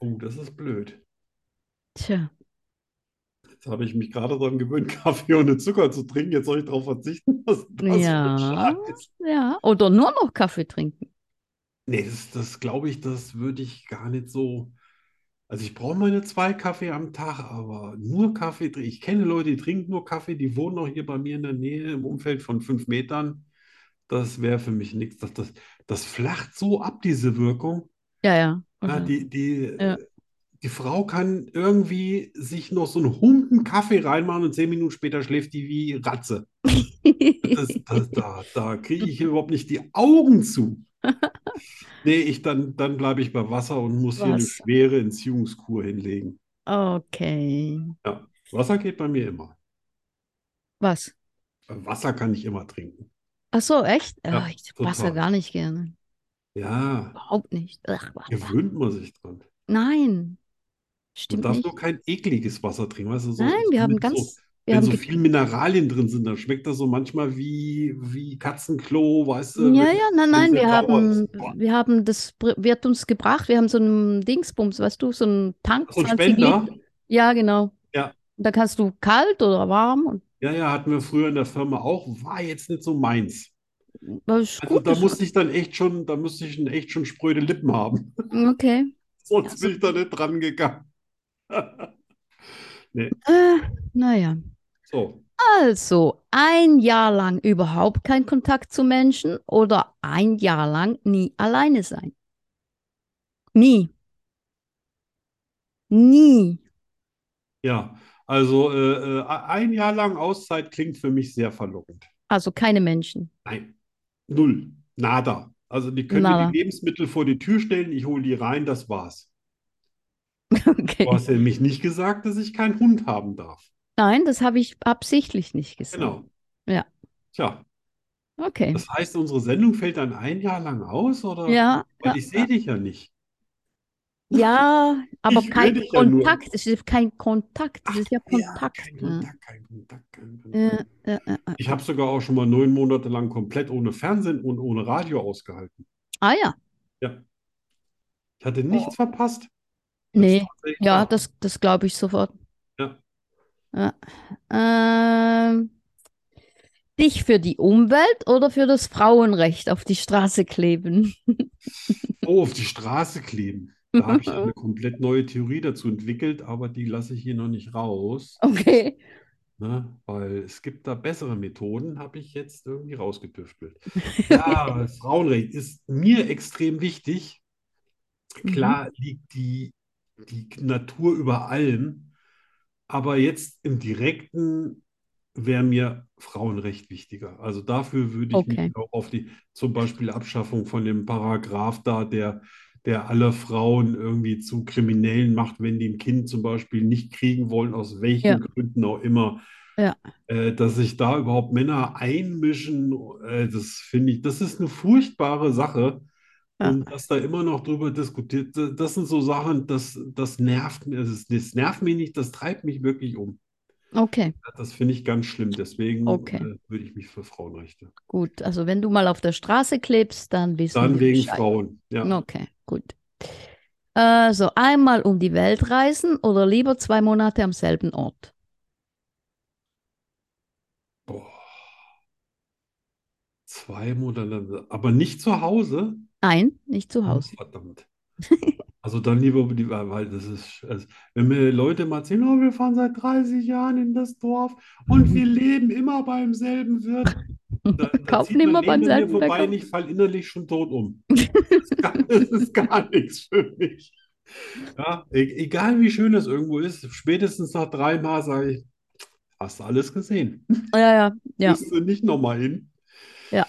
Speaker 2: Oh, das ist blöd.
Speaker 1: Tja.
Speaker 2: Jetzt habe ich mich gerade daran gewöhnt, Kaffee ohne Zucker zu trinken. Jetzt soll ich darauf verzichten. Was ist das für ein
Speaker 1: Ja.
Speaker 2: Scheiß?
Speaker 1: Ja. Oder nur noch Kaffee trinken.
Speaker 2: Nee, das, das glaube ich, das würde ich gar nicht so. Also ich brauche meine zwei Kaffee am Tag, aber nur Kaffee. trin- Ich kenne Leute, die trinken nur Kaffee, die wohnen auch hier bei mir in der Nähe im Umfeld von fünf Metern. Das wäre für mich nichts. Das, das, das flacht so ab, diese Wirkung.
Speaker 1: Ja, ja.
Speaker 2: Na,
Speaker 1: Okay.
Speaker 2: die, die,
Speaker 1: Ja.
Speaker 2: die Frau kann irgendwie sich noch so einen Humpen Kaffee reinmachen und zehn Minuten später schläft die wie Ratze. Das, das, da da kriege ich überhaupt nicht die Augen zu. Nee, ich, dann, dann bleibe ich bei Wasser und muss hier eine
Speaker 1: Wasser.
Speaker 2: schwere Entziehungskur hinlegen.
Speaker 1: Okay.
Speaker 2: Wasser geht bei mir immer.
Speaker 1: Was?
Speaker 2: Wasser kann ich immer trinken.
Speaker 1: Ach so, echt?
Speaker 2: Ja,
Speaker 1: Ah, ich Wasser
Speaker 2: total.
Speaker 1: gar nicht gerne.
Speaker 2: Ja,
Speaker 1: Überhaupt nicht. Ach, ach, ach.
Speaker 2: gewöhnt man sich dran.
Speaker 1: Nein.
Speaker 2: Man
Speaker 1: Stimmt
Speaker 2: darf
Speaker 1: nicht.
Speaker 2: nur kein ekliges Wasser trinken. Weißt du, so,
Speaker 1: Nein, wir haben
Speaker 2: mit so,
Speaker 1: ganz, wir
Speaker 2: wenn
Speaker 1: haben
Speaker 2: so
Speaker 1: ge-
Speaker 2: viel Mineralien drin sind, dann schmeckt das so manchmal wie, wie Katzenklo, weißt du,
Speaker 1: Ja,
Speaker 2: wenn,
Speaker 1: ja, nein,
Speaker 2: wenn
Speaker 1: nein,
Speaker 2: sehr
Speaker 1: wir
Speaker 2: sauer ist.
Speaker 1: haben,
Speaker 2: Boah.
Speaker 1: wir haben das, br- wird uns gebracht, wir haben so einen Dingsbums, weißt du, so einen Tank,
Speaker 2: So ein
Speaker 1: 20 Liter.
Speaker 2: Spender,
Speaker 1: Ja, genau.
Speaker 2: Ja.
Speaker 1: Und da kannst du kalt oder warm und
Speaker 2: ja, ja, hatten wir früher in der Firma auch, war jetzt nicht so meins.
Speaker 1: das ist
Speaker 2: Also
Speaker 1: gut.
Speaker 2: da
Speaker 1: Das
Speaker 2: musste ich dann echt schon, da musste ich dann echt schon spröde Lippen haben.
Speaker 1: okay.
Speaker 2: Sonst
Speaker 1: Ja, so-
Speaker 2: bin ich da nicht dran gegangen. Nee,
Speaker 1: Äh, naja.
Speaker 2: so.
Speaker 1: Also, ein Jahr lang überhaupt kein Kontakt zu Menschen oder ein Jahr lang nie alleine sein. Nie. Nie.
Speaker 2: Ja, also äh, äh, ein Jahr lang Auszeit klingt für mich sehr verlockend.
Speaker 1: Also keine Menschen.
Speaker 2: Nein, null, nada. Also die können mir
Speaker 1: Nada.
Speaker 2: die Lebensmittel vor die Tür stellen, ich hole die rein, das war's. Du
Speaker 1: Okay.
Speaker 2: hast ja nämlich nicht gesagt, dass ich keinen Hund haben darf.
Speaker 1: Nein, das habe ich absichtlich nicht gesagt.
Speaker 2: Genau.
Speaker 1: Ja.
Speaker 2: Tja,
Speaker 1: Okay.
Speaker 2: das heißt, unsere Sendung fällt dann ein Jahr lang aus, oder?
Speaker 1: Ja,
Speaker 2: Weil ich sehe dich ja nicht.
Speaker 1: ja, aber
Speaker 2: Ich höre
Speaker 1: kein
Speaker 2: dich ja nur.
Speaker 1: Kontakt. Es ist kein Kontakt. Es ist ja
Speaker 2: Ja,
Speaker 1: Kontakt.
Speaker 2: kein
Speaker 1: ne?
Speaker 2: Kontakt, kein Kontakt, kein
Speaker 1: Ja,
Speaker 2: Kontakt.
Speaker 1: ja, ja, ja.
Speaker 2: Ich habe sogar auch schon mal neun Monate lang komplett ohne Fernsehen und ohne Radio ausgehalten.
Speaker 1: Ah ja,
Speaker 2: Ich hatte nichts verpasst. Das
Speaker 1: Oh. nee.
Speaker 2: war sehr
Speaker 1: Ja,
Speaker 2: klar.
Speaker 1: das, das glaube ich sofort.
Speaker 2: Ja.
Speaker 1: Ja. Ähm, dich für die Umwelt oder für das Frauenrecht auf die Straße kleben?
Speaker 2: Oh, auf die Straße kleben. Da habe ich eine komplett neue Theorie dazu entwickelt, aber die lasse ich hier noch nicht raus,
Speaker 1: Okay.
Speaker 2: ne? Weil es gibt da bessere Methoden, habe ich jetzt irgendwie rausgetüftelt. Ja, Frauenrecht ist mir extrem wichtig.
Speaker 1: Mhm.
Speaker 2: Klar liegt die, die Natur über allem, aber jetzt im Direkten wäre mir Frauenrecht wichtiger. Also dafür würde ich
Speaker 1: Okay.
Speaker 2: mich auch auf die zum Beispiel Abschaffung von dem Paragraph da, der, der alle Frauen irgendwie zu Kriminellen macht, wenn die ein Kind zum Beispiel nicht kriegen wollen, aus welchen
Speaker 1: Ja.
Speaker 2: Gründen auch immer.
Speaker 1: Ja.
Speaker 2: Äh, dass sich da überhaupt Männer einmischen, äh, das finde ich, das ist eine furchtbare Sache.
Speaker 1: Ja.
Speaker 2: Und dass da immer noch drüber diskutiert, da- das sind so Sachen, das, das nervt mir, das, ist- das nervt mich nicht, das treibt mich wirklich um.
Speaker 1: Okay,
Speaker 2: Das finde ich ganz schlimm. Deswegen
Speaker 1: Okay.
Speaker 2: äh, würde ich mich für Frauenrechte.
Speaker 1: gut. Also wenn du mal auf der Straße klebst, dann wissen
Speaker 2: Dann
Speaker 1: wir
Speaker 2: wegen
Speaker 1: Bescheid.
Speaker 2: Frauen. Ja.
Speaker 1: Okay, gut. Äh, so einmal um die Welt reisen oder lieber zwei Monate am selben Ort?
Speaker 2: Boah. Zwei Monate, aber nicht zu Hause.
Speaker 1: Nein, nicht zu Hause.
Speaker 2: Oh, Verdammt. Also dann lieber, über die- weil das ist, also wenn mir Leute mal erzählen, oh, wir fahren seit 30 Jahren in das Dorf und wir leben immer beim selben Wirt, dann, dann
Speaker 1: Kaufen
Speaker 2: zieht
Speaker 1: immer
Speaker 2: man
Speaker 1: beim
Speaker 2: neben mir
Speaker 1: selben
Speaker 2: vorbei
Speaker 1: Bäcker.
Speaker 2: und ich falle innerlich schon tot um. Das ist gar, das ist gar nichts für mich. Ja, e egal wie schön das irgendwo ist, spätestens nach dreimal sage ich, hast du alles gesehen.
Speaker 1: Ja, ja, ja.
Speaker 2: Musst du nicht nochmal hin.
Speaker 1: Ja.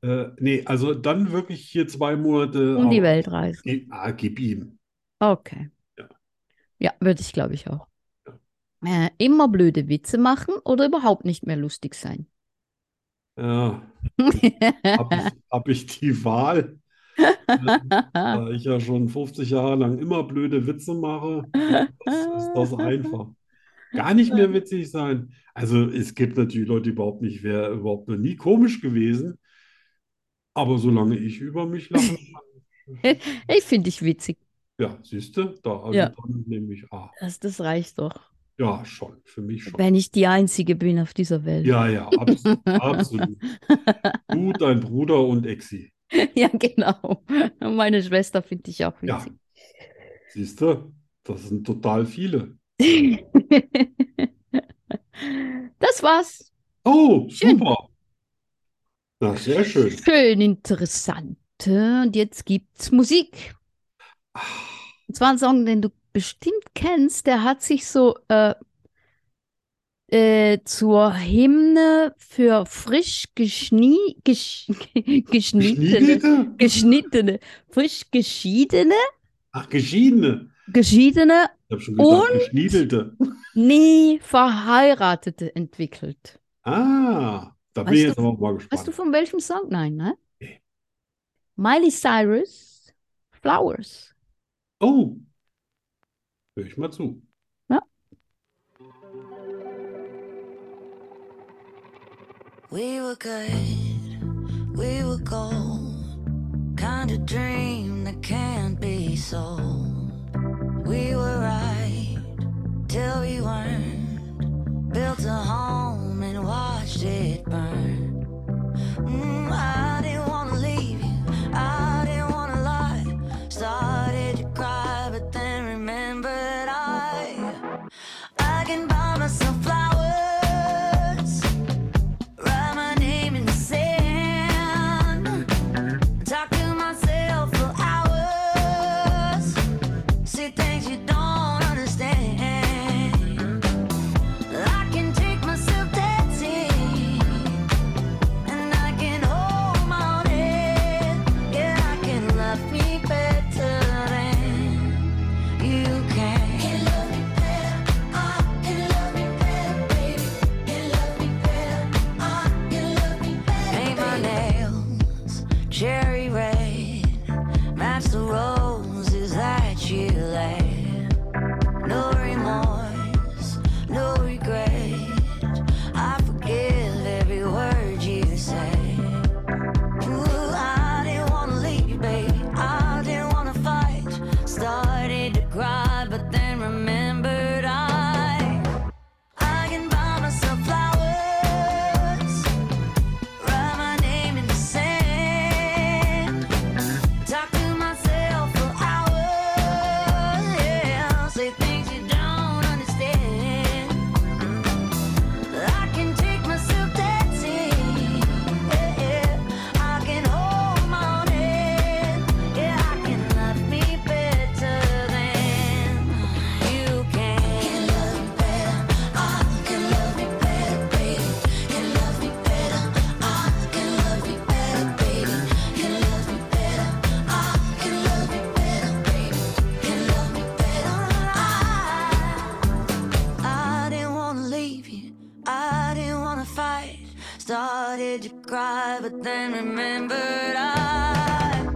Speaker 2: Äh, nee, also dann wirklich hier zwei Monate.
Speaker 1: Um die
Speaker 2: aber-
Speaker 1: Welt reisen.
Speaker 2: Ah, gib ihm.
Speaker 1: Okay.
Speaker 2: Ja.
Speaker 1: Ja, würde ich, glaube ich, auch. Äh, immer blöde Witze machen oder überhaupt nicht mehr lustig sein?
Speaker 2: Ja. Habe ich, hab ich die Wahl, da ich ja schon 50 Jahre lang immer blöde Witze mache, das ist das einfach. Gar nicht mehr witzig sein. Also es gibt natürlich Leute, die überhaupt nicht, wäre überhaupt noch nie komisch gewesen, aber solange ich über mich lachen kann,
Speaker 1: Ich finde dich witzig.
Speaker 2: ja, siehst du, da also
Speaker 1: Ja.
Speaker 2: dann nehme ich A.
Speaker 1: Das, das reicht doch.
Speaker 2: Ja, schon, für mich schon.
Speaker 1: Wenn ich die Einzige bin auf dieser Welt.
Speaker 2: Ja, ja, absolut, absolut. Du, dein Bruder und Exi.
Speaker 1: Ja, genau. Meine Schwester finde ich auch
Speaker 2: Ja,
Speaker 1: witzig.
Speaker 2: siehst du? Das sind total viele.
Speaker 1: Das war's.
Speaker 2: Oh,
Speaker 1: Schön.
Speaker 2: super. Na, sehr schön.
Speaker 1: Schön interessant. Und jetzt gibt's Musik.
Speaker 2: Ah,
Speaker 1: Und zwar ein Song, den du bestimmt kennst. Der hat sich so äh, äh, zur Hymne für frisch geschnie, gesch, geschnittene,
Speaker 2: Geschniedene?
Speaker 1: geschnittene, frisch geschiedene,
Speaker 2: Ach, geschiedene.
Speaker 1: geschiedene,
Speaker 2: Ich habe schon gesagt, geschniedelte.
Speaker 1: nie verheiratete entwickelt.
Speaker 2: Ah, da bin
Speaker 1: Weißt
Speaker 2: ich jetzt
Speaker 1: du-
Speaker 2: aber auch mal
Speaker 1: Weißt du
Speaker 2: gespannt.
Speaker 1: von welchem Song? Nein, ne?
Speaker 2: Nee.
Speaker 1: Miley Cyrus, Flowers.
Speaker 2: Oh, höre ich mal zu.
Speaker 4: We were good, we were gold. Kind of dream that can't be sold. We were right till we weren't. Built a home and watched it burn. Mm, I didn't wanna leave you, I didn't wanna lie. Started to cry, but then remembered I. I can buy myself flowers. Write my name in the sand. Talk to myself for hours. See things you don't understand. I can take myself dancing, and I can hold my own head. Yeah, I can love me better than you can. Can love me better. I can love me better, baby. Can love me better. I can love me better. Paint my nails cherry red, match the roses that you laid. No remorse, no regret. I forgive every word you say. Ooh, I didn't wanna leave you, baby. I didn't wanna fight. Started to cry, but then remembered I I can buy myself flowers. Write my name in the sand. Talk to myself for hours. Yeah, say things you don't understand. I can take myself dancing. Yeah, yeah. I can hold my own head. Yeah, I can love me better than you can. Can love me better. I can love me better, baby. Can love me better. I can love me better, baby. Can love me better. I can love me better, baby. Can love me better. I didn't wanna leave you. I didn't wanna fight. Started to cry, but then remembered I.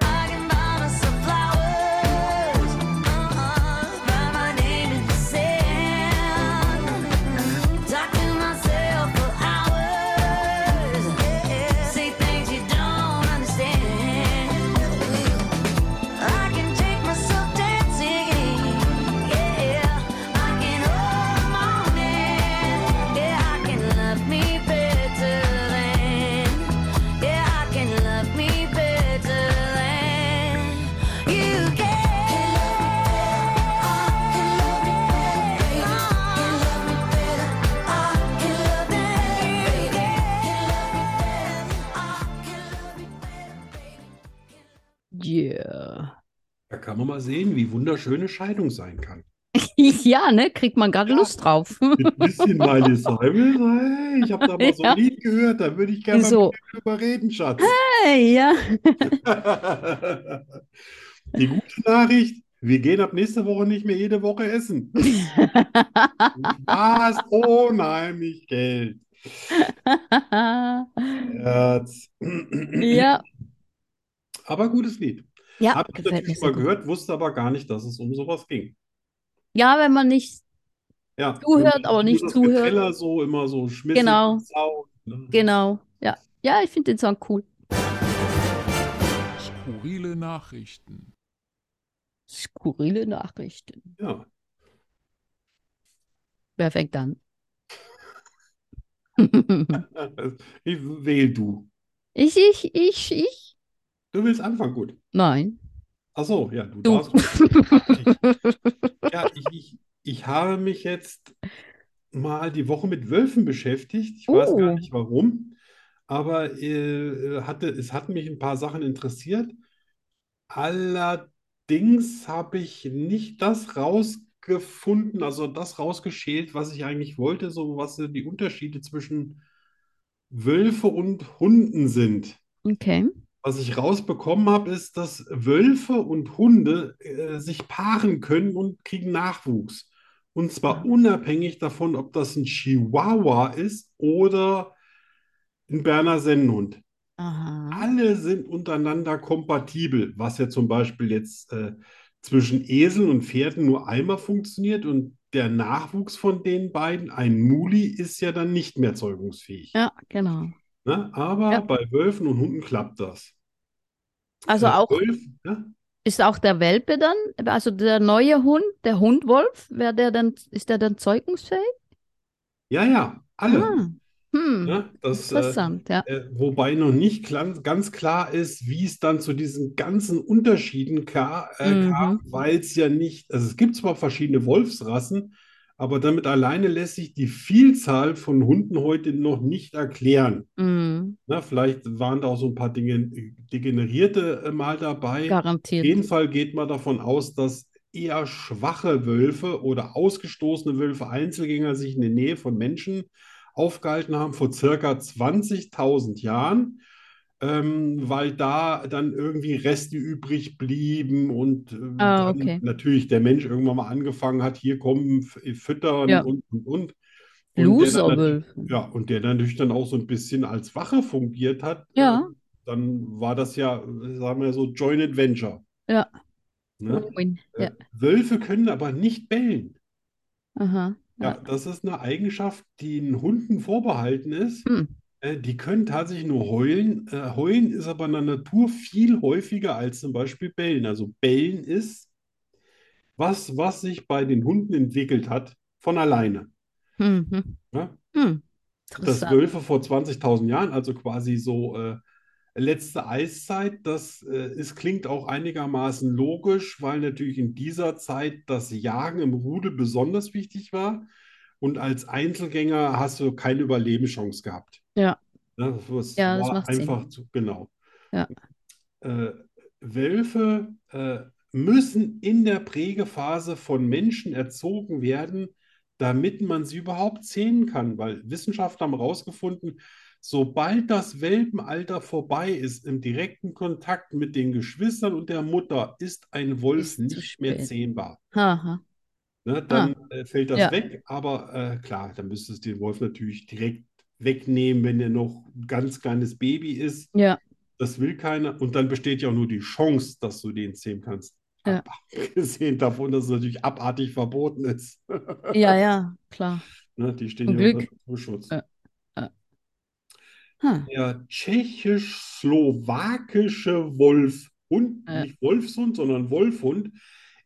Speaker 4: I can buy myself flowers. Uh-uh. Write my name in the sand. Talk to myself for hours. Yeah. Say things you don't understand. I can take myself dancing, yeah. I can hold my own hand, yeah. I can love me better than, yeah. I can love me better than you can. Can love me better, I can love me better, baby. Can love me better, I can love me better, baby. Can love me better, I can love me better, baby.
Speaker 1: Yeah.
Speaker 2: Da kann man mal sehen, wie wunderschöne Scheidung sein kann.
Speaker 1: Ja, ne? Kriegt man gerade Lust drauf.
Speaker 2: Mit ein bisschen Miley Cyrus, hey, ich habe da mal so ein
Speaker 1: Ja.
Speaker 2: Lied gehört, da würde ich gerne mal
Speaker 1: So.
Speaker 2: mit dir drüber reden, Schatz.
Speaker 1: Hey, ja.
Speaker 2: Die gute Nachricht, wir gehen ab nächste Woche nicht mehr jede Woche essen. Was? Unheimlich Geld. Herz.
Speaker 1: Ja,
Speaker 2: Aber gutes Lied.
Speaker 1: ja,
Speaker 2: Habe ich
Speaker 1: gefällt mir
Speaker 2: natürlich
Speaker 1: so
Speaker 2: mal
Speaker 1: gut.
Speaker 2: gehört, wusste aber gar nicht, dass es um sowas ging.
Speaker 1: Ja, wenn man nicht,
Speaker 2: Ja,
Speaker 1: Zuhört,
Speaker 2: immer
Speaker 1: aber nicht
Speaker 2: das
Speaker 1: zuhört.
Speaker 2: Geträller so, immer so schmissig
Speaker 1: Genau.
Speaker 2: Sound, ne?
Speaker 1: genau, ja. Ja, ich finde den Song cool.
Speaker 5: Skurrile Nachrichten.
Speaker 1: Skurrile Nachrichten.
Speaker 2: Ja.
Speaker 1: Wer fängt an?
Speaker 2: Ich wähl du.
Speaker 1: Ich, ich, ich, ich?
Speaker 2: Du willst anfangen, gut.
Speaker 1: Nein.
Speaker 2: Ach so, ja, du
Speaker 1: Du.
Speaker 2: darfst. Ich, ja, ich, ich, ich habe mich jetzt mal die Woche mit Wölfen beschäftigt. Ich weiß gar
Speaker 1: Oh.
Speaker 2: nicht warum, aber äh, hatte, es hat mich ein paar Sachen interessiert. Allerdings habe ich nicht das rausgefunden, also das rausgeschält, was ich eigentlich wollte, so was so die Unterschiede zwischen Wölfe und Hunden sind.
Speaker 1: Okay.
Speaker 2: Was ich rausbekommen habe, ist, dass Wölfe und Hunde äh, sich paaren können und kriegen Nachwuchs. Und zwar unabhängig davon, ob das ein Chihuahua ist oder ein Berner Sennenhund.
Speaker 1: Aha.
Speaker 2: Alle sind untereinander kompatibel, was ja zum Beispiel jetzt äh, zwischen Eseln und Pferden nur einmal funktioniert und der Nachwuchs von den beiden, ein Muli, ist ja dann nicht mehr zeugungsfähig.
Speaker 1: Ja, genau.
Speaker 2: Ne? Aber
Speaker 1: Ja.
Speaker 2: bei Wölfen und Hunden klappt das.
Speaker 1: Also
Speaker 2: Äh,
Speaker 1: auch
Speaker 2: Wolf, ja?
Speaker 1: ist auch der Welpe dann, also der neue Hund, der Hundwolf, wär der dann, ist der dann zeugungsfähig?
Speaker 2: Ja, ja, alle.
Speaker 1: Ah. Hm.
Speaker 2: Ne? Das, äh,
Speaker 1: Interessant, ja.
Speaker 2: äh, wobei noch nicht klan- ganz klar ist, wie es dann zu diesen ganzen Unterschieden ka äh, kam,
Speaker 1: Mhm.
Speaker 2: weil es ja nicht, also es gibt zwar verschiedene Wolfsrassen, aber damit alleine lässt sich die Vielzahl von Hunden heute noch nicht erklären.
Speaker 1: Mhm.
Speaker 2: Ne? Vielleicht waren da auch so ein paar Dinge, äh, Degenerierte äh, mal dabei. Auf
Speaker 1: Garantiert.
Speaker 2: jeden Fall geht man davon aus, dass eher schwache Wölfe oder ausgestoßene Wölfe, Einzelgänger, sich in der Nähe von Menschen aufgehalten haben vor circa 20.000 Jahren, ähm, weil da dann irgendwie Reste übrig blieben und ähm,
Speaker 1: Ah,
Speaker 2: dann
Speaker 1: okay.
Speaker 2: natürlich der Mensch irgendwann mal angefangen hat, hier kommen, f- füttern
Speaker 1: Ja.
Speaker 2: und und und. Und der dann natürlich-
Speaker 1: Loserwölfe.
Speaker 2: ja, und der natürlich dann auch so ein bisschen als Wache fungiert hat,
Speaker 1: Ja.
Speaker 2: äh, dann war das ja, äh, sagen wir so, Joint Adventure.
Speaker 1: Ja.
Speaker 2: Ne?
Speaker 1: Win.
Speaker 2: Äh,
Speaker 1: Ja.
Speaker 2: Wölfe können aber nicht bellen.
Speaker 1: Aha.
Speaker 2: Ja, das ist eine Eigenschaft, die den Hunden vorbehalten ist.
Speaker 1: Hm.
Speaker 2: Äh, die können tatsächlich nur heulen. Äh, heulen ist aber in der Natur viel häufiger als zum Beispiel bellen. Also bellen ist was, was sich bei den Hunden entwickelt hat, von alleine.
Speaker 1: Mhm.
Speaker 2: Ne?
Speaker 1: Hm.
Speaker 2: dass
Speaker 1: Interessant.
Speaker 2: Wölfe vor 20.000 Jahren, also quasi so äh, letzte Eiszeit, das äh, ist, klingt auch einigermaßen logisch, weil natürlich in dieser Zeit das Jagen im Rudel besonders wichtig war. Und als Einzelgänger hast du keine Überlebenschance gehabt.
Speaker 1: Ja.
Speaker 2: Ne, das
Speaker 1: Ja, das
Speaker 2: war
Speaker 1: macht Sinn.
Speaker 2: einfach zu, genau.
Speaker 1: Ja.
Speaker 2: Äh, Wölfe äh, müssen in der Prägephase von Menschen erzogen werden, damit man sie überhaupt sehen kann, weil Wissenschaftler haben herausgefunden, sobald das Welpenalter vorbei ist, im direkten Kontakt mit den Geschwistern und der Mutter, ist ein Wolf
Speaker 1: Ist zu
Speaker 2: nicht mehr
Speaker 1: spät.
Speaker 2: zähmbar.
Speaker 1: Aha.
Speaker 2: Ne, dann äh, fällt das
Speaker 1: Ah. Ja.
Speaker 2: weg, aber äh, klar, dann müsste es den Wolf natürlich direkt wegnehmen, wenn er noch ein ganz kleines Baby ist.
Speaker 1: Ja.
Speaker 2: Das will keiner. Und dann besteht ja auch nur die Chance, dass du den zähmen kannst.
Speaker 1: Ja.
Speaker 2: Abgesehen davon, dass es natürlich abartig verboten ist.
Speaker 1: Ja, ja, klar.
Speaker 2: Ne, die stehen
Speaker 1: Zum
Speaker 2: ja unter
Speaker 1: Glück.
Speaker 2: Naturschutz.
Speaker 1: Ja. Hm.
Speaker 2: Der tschechisch-slowakische Wolfhund,
Speaker 1: Ja.
Speaker 2: nicht Wolfshund, sondern Wolfhund,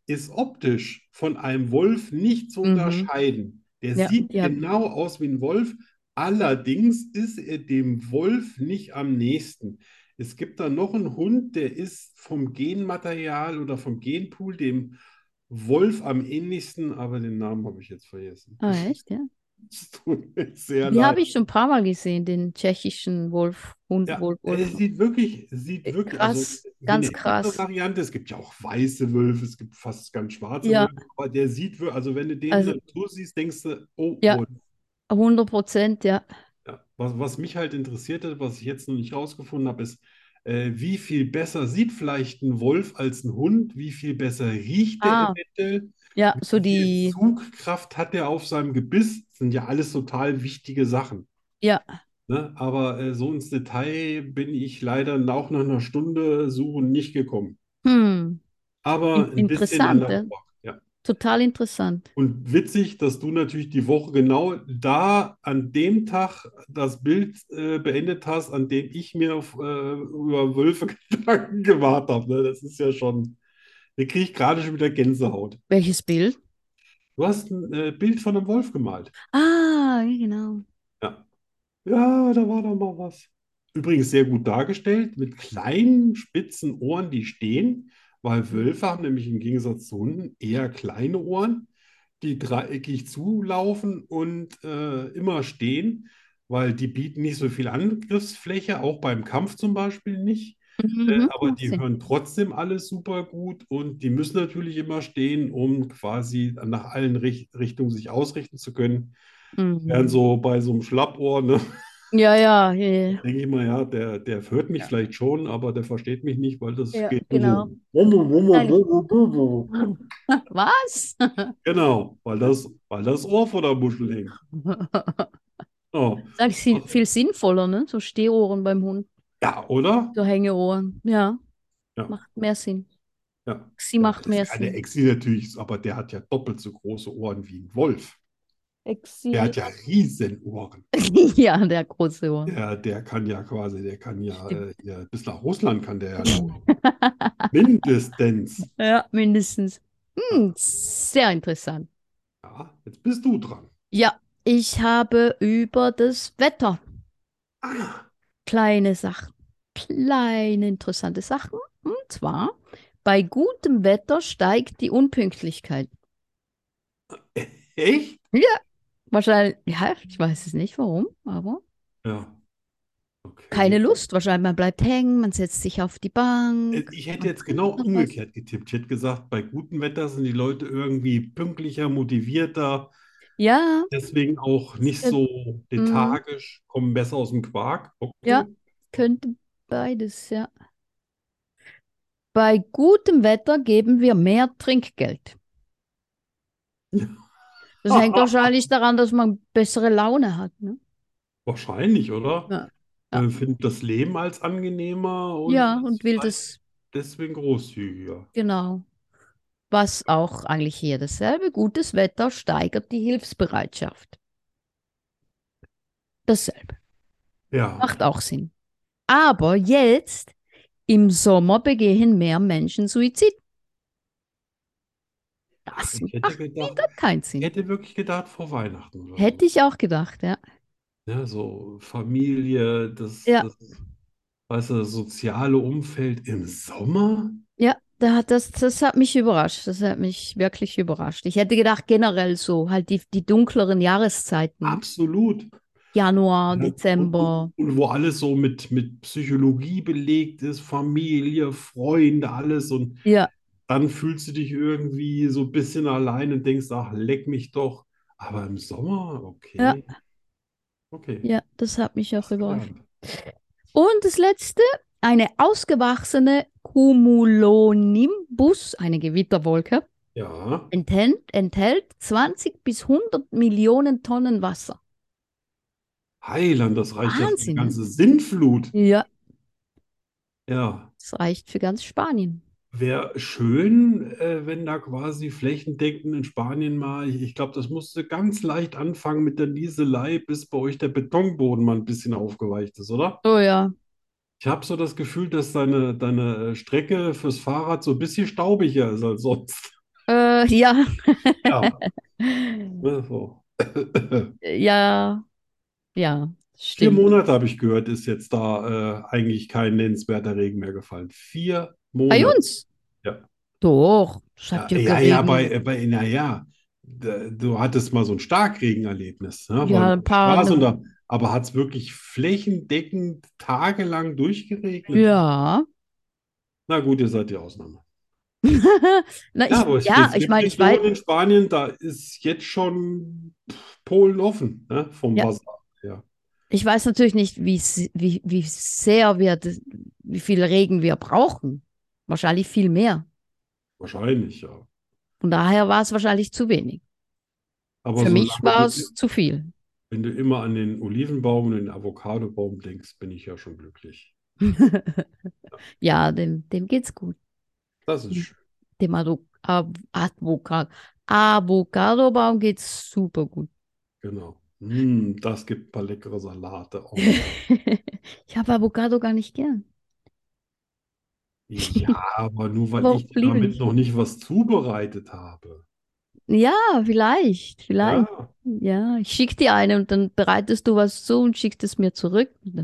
Speaker 2: ist optisch von einem Wolf nicht zu
Speaker 1: Mhm.
Speaker 2: unterscheiden. Der
Speaker 1: Ja,
Speaker 2: sieht
Speaker 1: die haben-
Speaker 2: genau aus wie ein Wolf, allerdings ist er dem Wolf nicht am nächsten. Es gibt da noch einen Hund, der ist vom Genmaterial oder vom Genpool dem Wolf am ähnlichsten, aber den Namen habe ich jetzt vergessen.
Speaker 1: Ah, echt, ja.
Speaker 2: Es tut mir sehr
Speaker 1: Die
Speaker 2: leid.
Speaker 1: habe ich schon ein paar Mal gesehen, den tschechischen Wolf, Hund,
Speaker 2: Ja, Äh,
Speaker 1: Wolf,
Speaker 2: es
Speaker 1: Wolf.
Speaker 2: sieht wirklich, sieht wirklich, also
Speaker 1: Äh, Krass,
Speaker 2: wie
Speaker 1: ganz
Speaker 2: eine
Speaker 1: krass.
Speaker 2: andere Variante. Es gibt ja auch weiße Wölfe, es gibt fast ganz schwarze
Speaker 1: Ja.
Speaker 2: Wölfe, aber der sieht, wir- also wenn du den in
Speaker 1: Also-
Speaker 2: der Natur siehst, denkst du, oh,
Speaker 1: Ja.
Speaker 2: Wolf.
Speaker 1: 100 Prozent, ja.
Speaker 2: Ja. Was, was mich halt interessiert hat, was ich jetzt noch nicht rausgefunden habe, ist, äh, wie viel besser sieht vielleicht ein Wolf als ein Hund, wie viel besser riecht der
Speaker 1: Ah.
Speaker 2: eventuell,
Speaker 1: Ja, so
Speaker 2: wie viel
Speaker 1: die,
Speaker 2: Zugkraft hat der auf seinem Gebiss, Das sind ja alles total wichtige Sachen.
Speaker 1: ja,
Speaker 2: Ne? Aber äh, so ins Detail bin ich leider auch nach einer Stunde Suchen nicht gekommen.
Speaker 1: hm,
Speaker 2: Aber
Speaker 1: In-
Speaker 2: ein bisschen
Speaker 1: interessant,
Speaker 2: an der
Speaker 1: ne? ja.
Speaker 2: Ober- ja.
Speaker 1: total interessant.
Speaker 2: Und witzig, dass du natürlich die Woche genau da an dem Tag das Bild äh, beendet hast, an dem ich mir auf, äh, über Wölfe Gedanken gemacht habe. Ne? Das ist ja schon, da kriege ich gerade schon wieder Gänsehaut.
Speaker 1: Welches Bild?
Speaker 2: Du hast ein äh, Bild von einem Wolf gemalt.
Speaker 1: Ah, ja, genau.
Speaker 2: Ja, da war doch mal was. Übrigens sehr gut dargestellt, mit kleinen, spitzen Ohren, die stehen. Weil Wölfe haben nämlich im Gegensatz zu Hunden eher kleine Ohren, die dreieckig zulaufen und äh, immer stehen, weil die bieten nicht so viel Angriffsfläche, auch beim Kampf zum Beispiel nicht. Äh,
Speaker 1: Mhm,
Speaker 2: aber
Speaker 1: macht
Speaker 2: die
Speaker 1: Sinn.
Speaker 2: hören trotzdem alles super gut und die müssen natürlich immer stehen, um quasi nach allen Richt Richtungen sich ausrichten zu können. Während
Speaker 1: Mhm.
Speaker 2: so bei so einem Schlappohr, ne,
Speaker 1: Ja, ja, ja, ja.
Speaker 2: denke ich mal, ja, der, der hört mich vielleicht schon, aber der versteht mich nicht, weil das
Speaker 1: Ja,
Speaker 2: geht
Speaker 1: genau. Mhm.
Speaker 2: nur so.
Speaker 1: Was?
Speaker 2: Genau, weil das, weil das Ohr vor der Muschel hängt. Oh.
Speaker 1: Sag ich viel, viel sinnvoller, ne? So Stehohren beim Hund,
Speaker 2: Ja, oder?
Speaker 1: so Hängeohren. Ja,
Speaker 2: Ja.
Speaker 1: macht mehr Sinn.
Speaker 2: Ja.
Speaker 1: Sie macht
Speaker 2: Das
Speaker 1: mehr
Speaker 2: kann der
Speaker 1: Sinn.
Speaker 2: Echsi natürlich, aber der hat ja doppelt so große Ohren wie ein Wolf.
Speaker 1: Exil.
Speaker 2: Der hat ja Riesenohren.
Speaker 1: Ja, der große Ohren.
Speaker 2: Der, der kann ja quasi, der kann ja,
Speaker 1: Stimmt. Genau.
Speaker 2: äh, ja bis nach Russland kann der ja laufen. Mindestens.
Speaker 1: Ja, mindestens. Hm, sehr interessant.
Speaker 2: Ja, jetzt bist du dran.
Speaker 1: Ja, ich habe über das Wetter
Speaker 2: Ah,
Speaker 1: kleine Sachen, kleine interessante Sachen. Und zwar, bei gutem Wetter steigt die Unpünktlichkeit.
Speaker 2: echt?
Speaker 1: Wahrscheinlich, ja, ich weiß es nicht warum, aber
Speaker 2: Ja. Okay.
Speaker 1: keine Lust. Wahrscheinlich, man bleibt hängen, man setzt sich auf die
Speaker 2: Äh,
Speaker 1: Bank.
Speaker 2: Ich hätte
Speaker 1: man
Speaker 2: jetzt genau
Speaker 1: trinkt noch was.
Speaker 2: umgekehrt getippt. Ich hätte gesagt, bei gutem Wetter sind die Leute irgendwie pünktlicher, motivierter,
Speaker 1: Ja,
Speaker 2: deswegen auch nicht
Speaker 1: Ja.
Speaker 2: so lethargisch, kommen besser aus dem Quark. Okay.
Speaker 1: mhm. Ja. könnte beides, ja. Bei gutem Wetter geben wir mehr Trinkgeld. Das hängt wahrscheinlich daran, dass man bessere Laune hat, ne?
Speaker 2: Wahrscheinlich, oder?
Speaker 1: Ja. Ja.
Speaker 2: Man findet das Leben als angenehmer und
Speaker 1: Ja,
Speaker 2: ist
Speaker 1: und will
Speaker 2: vielleicht
Speaker 1: das,
Speaker 2: deswegen großzügiger.
Speaker 1: genau. Was auch eigentlich hier dasselbe. Gutes Wetter steigert die Hilfsbereitschaft. Dasselbe.
Speaker 2: Ja.
Speaker 1: Macht auch Sinn. Aber jetzt, im Sommer, begehen mehr Menschen Suizid. Das
Speaker 2: Ich hätte
Speaker 1: macht
Speaker 2: gedacht,
Speaker 1: wieder keinen
Speaker 2: ich
Speaker 1: Sinn.
Speaker 2: hätte wirklich gedacht vor Weihnachten oder so.
Speaker 1: Hätte ich auch gedacht, ja.
Speaker 2: Ja, so Familie, das,
Speaker 1: Ja.
Speaker 2: das, weißt du, das soziale Umfeld im Sommer?
Speaker 1: Ja, da hat das, das hat mich überrascht. Das hat mich wirklich überrascht. Ich hätte gedacht, generell so, halt die, die dunkleren Jahreszeiten, ne?
Speaker 2: Absolut.
Speaker 1: Januar,
Speaker 2: Ja,
Speaker 1: Dezember.
Speaker 2: Und wo alles so mit, mit Psychologie belegt ist, Familie, Freunde, alles. Und
Speaker 1: Ja,
Speaker 2: dann fühlst du dich irgendwie so ein bisschen allein und denkst, ach, leck mich doch. Aber im Sommer,
Speaker 1: Ja.
Speaker 2: okay. Okay.
Speaker 1: ja, das hat mich auch
Speaker 2: Hast
Speaker 1: überrascht.
Speaker 2: gelernt.
Speaker 1: Und das letzte, eine ausgewachsene Cumulonimbus, eine Gewitterwolke,
Speaker 2: Ja.
Speaker 1: enthält, enthält 20 bis 100 Millionen Tonnen Wasser.
Speaker 2: Heiland, das reicht ja für die
Speaker 1: Wahnsinn, ne?
Speaker 2: ganze Sintflut.
Speaker 1: Ja,
Speaker 2: Ja.
Speaker 1: das reicht für ganz Spanien.
Speaker 2: Wäre schön, äh, wenn da quasi flächendeckend in Spanien mal, ich, ich glaube, das musste ganz leicht anfangen mit der Nieselei, bis bei euch der Betonboden mal ein bisschen aufgeweicht ist, oder?
Speaker 1: Oh ja,
Speaker 2: Ich habe so das Gefühl, dass deine, deine äh, Strecke fürs Fahrrad so ein bisschen staubiger ist als sonst.
Speaker 1: äh, ja.
Speaker 2: Ja, ne, so.
Speaker 1: Ja, ja,
Speaker 2: Vier
Speaker 1: stimmt.
Speaker 2: Monate habe ich gehört, ist jetzt da äh, eigentlich kein nennenswerter Regen mehr gefallen. Vier
Speaker 1: Bei
Speaker 2: Monate.
Speaker 1: uns?
Speaker 2: Ja.
Speaker 1: Doch, es hat ja
Speaker 2: Ja, ja,
Speaker 1: geregnet.
Speaker 2: bei, bei, na ja, da- du hattest mal so ein Starkregenerlebnis, ne?
Speaker 1: Ja,
Speaker 2: Weil
Speaker 1: ein paar
Speaker 2: Spaß und
Speaker 1: ne-
Speaker 2: da, aber hat es wirklich flächendeckend tagelang durchgeregnet?
Speaker 1: Ja.
Speaker 2: Na gut, ihr seid die Ausnahme.
Speaker 1: Na, ich,
Speaker 2: Ja, aber es,
Speaker 1: ja,
Speaker 2: es
Speaker 1: ich
Speaker 2: gibt
Speaker 1: meine, ich weiß,
Speaker 2: Regionen in Spanien, da ist jetzt schon Polen offen, ne? Vom
Speaker 1: Ja.
Speaker 2: Wasser. Ja.
Speaker 1: ich weiß natürlich nicht, wie, s- wie, wie sehr wir, das- wie viel Regen wir brauchen. Wahrscheinlich viel mehr.
Speaker 2: Wahrscheinlich, ja.
Speaker 1: Von daher war es wahrscheinlich zu wenig.
Speaker 2: Aber
Speaker 1: Für mich
Speaker 2: solange
Speaker 1: war
Speaker 2: du,
Speaker 1: es zu viel.
Speaker 2: wenn du immer an den Olivenbaum und den Avocadobaum denkst, bin ich ja schon glücklich.
Speaker 1: Ja, dem, dem geht's gut.
Speaker 2: Das ist
Speaker 1: Mhm.
Speaker 2: schön.
Speaker 1: Dem Ado- Av- Avocado, Avocado-Baum geht's super gut.
Speaker 2: Genau. Mm, das gibt ein paar leckere Salate. Oh.
Speaker 1: Ich habe Avocado gar nicht gern.
Speaker 2: Ja, aber nur weil
Speaker 1: Warum
Speaker 2: ich dir
Speaker 1: bliebe
Speaker 2: damit
Speaker 1: nicht?
Speaker 2: noch nicht was zubereitet habe.
Speaker 1: Ja, vielleicht, vielleicht.
Speaker 2: Ja,
Speaker 1: Ja, ich schicke dir eine und dann bereitest du was zu und schickst es mir zurück. Und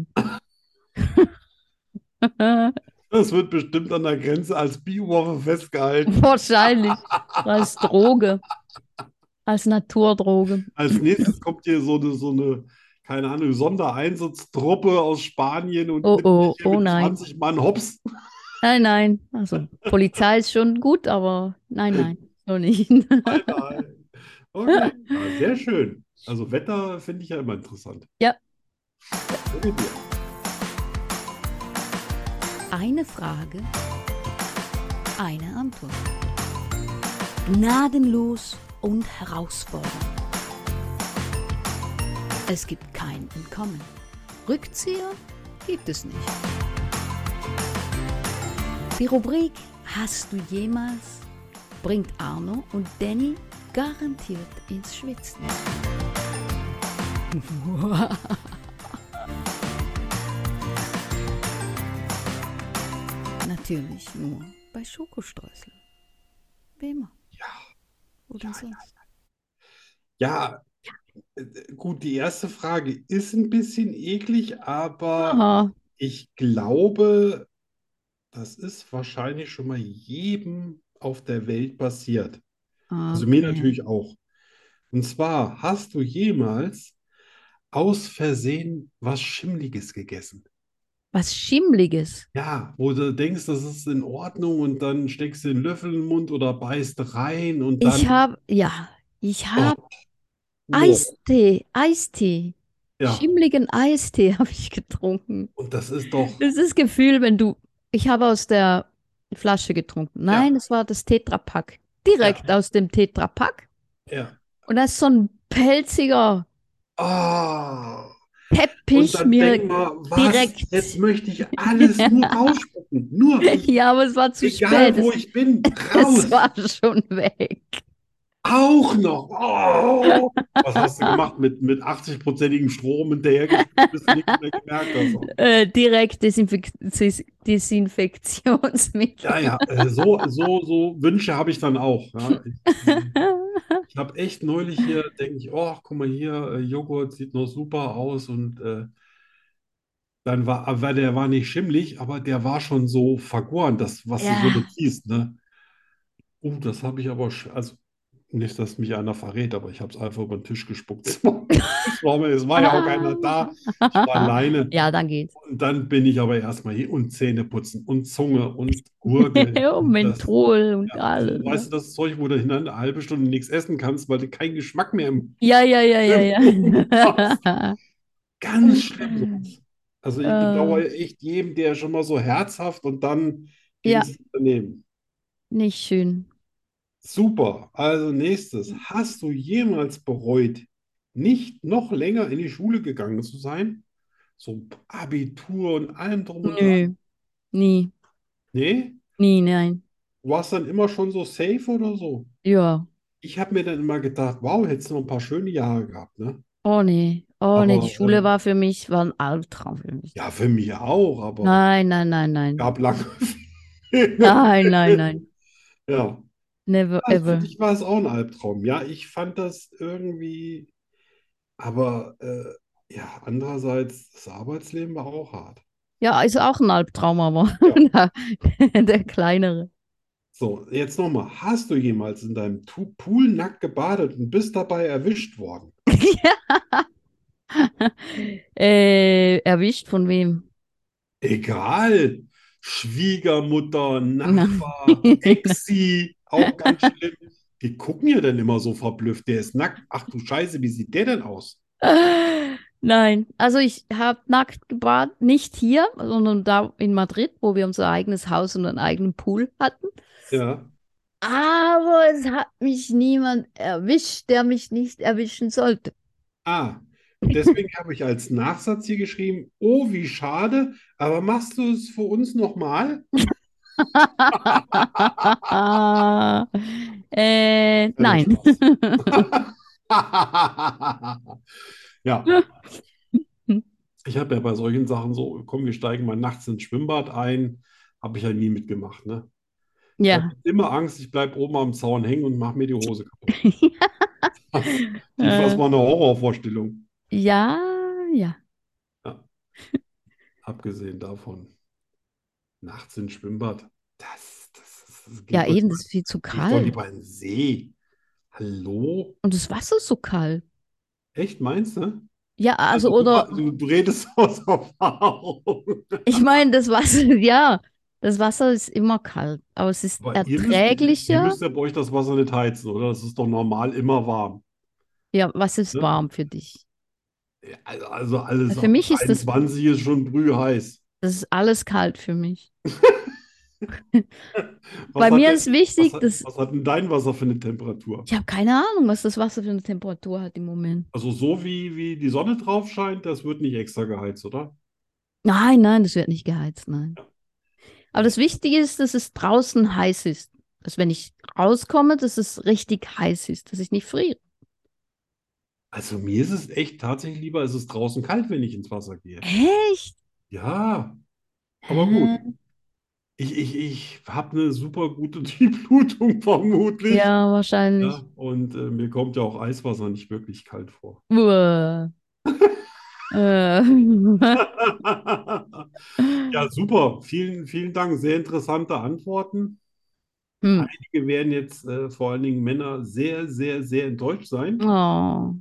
Speaker 1: dann
Speaker 2: Das wird bestimmt an der Grenze als Biowaffe festgehalten.
Speaker 1: Wahrscheinlich. Als Droge. Als Naturdroge.
Speaker 2: Als nächstes kommt hier so eine, so eine, keine Ahnung, Sondereinsatztruppe aus Spanien und
Speaker 1: Oh,
Speaker 2: nimmt
Speaker 1: oh,
Speaker 2: dich hier
Speaker 1: oh
Speaker 2: mit
Speaker 1: nein.
Speaker 2: 20 Mann hops.
Speaker 1: Nein, nein. Also, Polizei ist schon gut, aber nein, nein. Noch nicht.
Speaker 2: Bye, bye. Okay, ja, sehr schön. Also Wetter finde ich ja immer interessant.
Speaker 1: Ja.
Speaker 2: Sehr gut, ja.
Speaker 3: Eine Frage, eine Antwort. Gnadenlos und herausfordernd. Es gibt kein Entkommen. Rückzieher gibt es nicht. Die Rubrik Hast du jemals bringt Arno und Danny garantiert ins Schwitzen. Natürlich nur bei Schokostreusel. Wie immer.
Speaker 2: Ja.
Speaker 3: Oder sonst.
Speaker 2: Ja, äh, gut, die erste Frage ist ein bisschen eklig, aber
Speaker 1: Aha.
Speaker 2: ich glaube, das ist wahrscheinlich schon mal jedem auf der Welt passiert. Also mir
Speaker 1: Okay.
Speaker 2: natürlich auch. Und zwar, hast du jemals aus Versehen was Schimmliges gegessen?
Speaker 1: Was Schimmliges.
Speaker 2: Ja, wo du denkst, das ist in Ordnung und dann steckst du den Löffel in den Mund oder beißt rein und
Speaker 1: Ich
Speaker 2: dann,
Speaker 1: habe, ja, ich habe
Speaker 2: oh,
Speaker 1: Eistee, Eistee.
Speaker 2: ja,
Speaker 1: Schimmligen Eistee habe ich getrunken.
Speaker 2: und das ist doch,
Speaker 1: Das ist das Gefühl, wenn du. Ich habe aus der Flasche getrunken. Nein, es war das Tetrapack. Direkt aus dem Tetrapack.
Speaker 2: ja.
Speaker 1: Und da ist so ein pelziger
Speaker 2: Ah. Und
Speaker 1: Teppich
Speaker 2: dann
Speaker 1: mir.
Speaker 2: denk mal, was?
Speaker 1: direkt.
Speaker 2: Jetzt möchte ich alles nur rausspucken. Nur, ich,
Speaker 1: Ja, aber es war zu
Speaker 2: egal
Speaker 1: spät.
Speaker 2: wo
Speaker 1: es,
Speaker 2: ich bin, raus.
Speaker 1: es war schon weg.
Speaker 2: Auch noch. Oh. Was hast du gemacht mit, mit 80-prozentigem Strom hinterhergespielt, bis du nichts mehr gemerkt hast?
Speaker 1: Äh, direkt Desinfek Des- Desinfektionsmittel.
Speaker 2: Ja, ja, äh, so, so, so Wünsche habe ich dann auch. Ja. Ich, Ich habe echt neulich hier, denke ich, oh, guck mal hier, äh, Joghurt sieht noch super aus und äh, dann war, aber der war nicht schimmlig, aber der war schon so vergoren, das, was du so
Speaker 1: Ja.
Speaker 2: beziehst, ne? Uh, das habe ich aber, sch- also nicht, dass mich einer verrät, aber ich habe es einfach über den Tisch gespuckt. Es war, es war mir- es war ja auch keiner da, ich war alleine.
Speaker 1: Ja, dann geht's.
Speaker 2: Und dann bin ich aber erstmal hier und Zähne putzen und Zunge und Gurgel
Speaker 1: Und
Speaker 2: und das.
Speaker 1: Menthol und
Speaker 2: Ja,
Speaker 1: alles.
Speaker 2: so, weißt du, das Zeug, wo du in einer halben Stunde nichts essen kannst, weil du keinen Geschmack mehr im.
Speaker 1: Ja, ja, ja, ja, ja.
Speaker 2: Ganz schlimm. Also ich
Speaker 1: Äh.
Speaker 2: bedauere echt jedem, der schon mal so herzhaft und dann
Speaker 1: Ja.
Speaker 2: ging's daneben.
Speaker 1: Nicht schön.
Speaker 2: Super. Also nächstes. Hast du jemals bereut, nicht noch länger in die Schule gegangen zu sein? So Abitur und allem drum und dran.
Speaker 1: Nö. Nie.
Speaker 2: Nee?
Speaker 1: Nie, nein.
Speaker 2: Du warst dann immer schon so safe oder so?
Speaker 1: Ja.
Speaker 2: Ich habe mir dann immer gedacht, wow, hättest du noch ein paar schöne Jahre gehabt, ne?
Speaker 1: Oh nee. Oh nee,
Speaker 2: Aber,
Speaker 1: die Schule
Speaker 2: ähm,
Speaker 1: war für mich, war ein Albtraum für mich.
Speaker 2: Ja, für mich auch, aber
Speaker 1: Nein, nein, nein, nein.
Speaker 2: gab lange.
Speaker 1: Nein, nein, nein.
Speaker 2: Ja,
Speaker 1: Never
Speaker 2: also für
Speaker 1: ever.
Speaker 2: dich war es auch ein Albtraum. Ja, ich fand das irgendwie, aber äh, ja, andererseits, das Arbeitsleben war auch hart.
Speaker 1: Ja, ist auch ein Albtraum, aber der, der kleinere.
Speaker 2: So, jetzt nochmal. Hast du jemals in deinem Tu- Pool nackt gebadet und bist dabei erwischt worden?
Speaker 1: Äh, erwischt von wem?
Speaker 2: Egal. Schwiegermutter, Nachbar, Exi, auch ganz schlimm. Die gucken ja dann immer so verblüfft. Der ist nackt. Ach du Scheiße, wie sieht der denn aus?
Speaker 1: Nein, also ich habe nackt gebadet, nicht hier, sondern da in Madrid, wo wir unser eigenes Haus und einen eigenen Pool hatten.
Speaker 2: Ja.
Speaker 1: Aber es hat mich niemand erwischt, der mich nicht erwischen sollte.
Speaker 2: Ah, deswegen habe ich als Nachsatz hier geschrieben, oh, wie schade, aber machst du es für uns nochmal?
Speaker 1: Ah, äh,
Speaker 2: Also
Speaker 1: nein.
Speaker 2: Ja. Ich habe ja bei solchen Sachen so, komm, wir steigen mal nachts ins Schwimmbad ein, habe ich ja nie mitgemacht, ne? Ich
Speaker 1: Ja.
Speaker 2: habe immer Angst, ich bleibe oben am Zaun hängen und mache mir die Hose kaputt. Das
Speaker 1: Äh,
Speaker 2: war eine Horrorvorstellung,
Speaker 1: ja, ja.
Speaker 2: abgesehen davon. Nachts ins Schwimmbad. Das, das, das, das geht
Speaker 1: Ja,
Speaker 2: doch
Speaker 1: eben,
Speaker 2: lieber-
Speaker 1: das ist viel zu
Speaker 2: geht doch
Speaker 1: kalt.
Speaker 2: lieber in den See. Hallo?
Speaker 1: Und das Wasser ist so kalt.
Speaker 2: Echt, meinst du?
Speaker 1: Ja, also,
Speaker 2: du,
Speaker 1: oder,
Speaker 2: Du, du redest aus Erfahrung.
Speaker 1: ich meine, das Wasser, ja, das Wasser ist immer kalt, aber es ist
Speaker 2: Aber ihr müsst, ihr
Speaker 1: erträglicher.
Speaker 2: müsst ja bei euch das Wasser nicht heizen, oder? Das ist doch normal immer warm.
Speaker 1: Ja, was ist
Speaker 2: Ne?
Speaker 1: warm für dich?
Speaker 2: Ja, Also, also alles
Speaker 1: Für
Speaker 2: ab
Speaker 1: mich ist das-
Speaker 2: 21 ist schon brühheiß.
Speaker 1: Das ist alles kalt für mich.
Speaker 2: Was
Speaker 1: Bei
Speaker 2: hat
Speaker 1: mir
Speaker 2: denn-
Speaker 1: ist wichtig,
Speaker 2: was hat,
Speaker 1: dass
Speaker 2: was hat denn dein Wasser für eine Temperatur?
Speaker 1: ich habe keine Ahnung, was das Wasser für eine Temperatur hat im Moment.
Speaker 2: Also so wie, wie die Sonne drauf scheint, das wird nicht extra geheizt, oder?
Speaker 1: Nein, nein, das wird nicht geheizt, nein. Aber das Wichtige ist, dass es draußen heiß ist. Dass wenn ich rauskomme, dass es richtig heiß ist, dass ich nicht friere.
Speaker 2: Also mir ist es echt tatsächlich lieber, es ist draußen kalt, wenn ich ins Wasser gehe.
Speaker 1: Echt?
Speaker 2: Ja, aber gut. Ich, ich, ich habe eine super gute Durchblutung vermutlich.
Speaker 1: Ja, wahrscheinlich.
Speaker 2: Ja, und äh, mir kommt ja auch Eiswasser nicht wirklich kalt vor.
Speaker 1: Uah. äh.
Speaker 2: Ja, super. Vielen, vielen Dank. Sehr interessante Antworten.
Speaker 1: Hm.
Speaker 2: Einige werden jetzt äh, vor allen Dingen Männer sehr, sehr, sehr enttäuscht sein.
Speaker 1: Oh.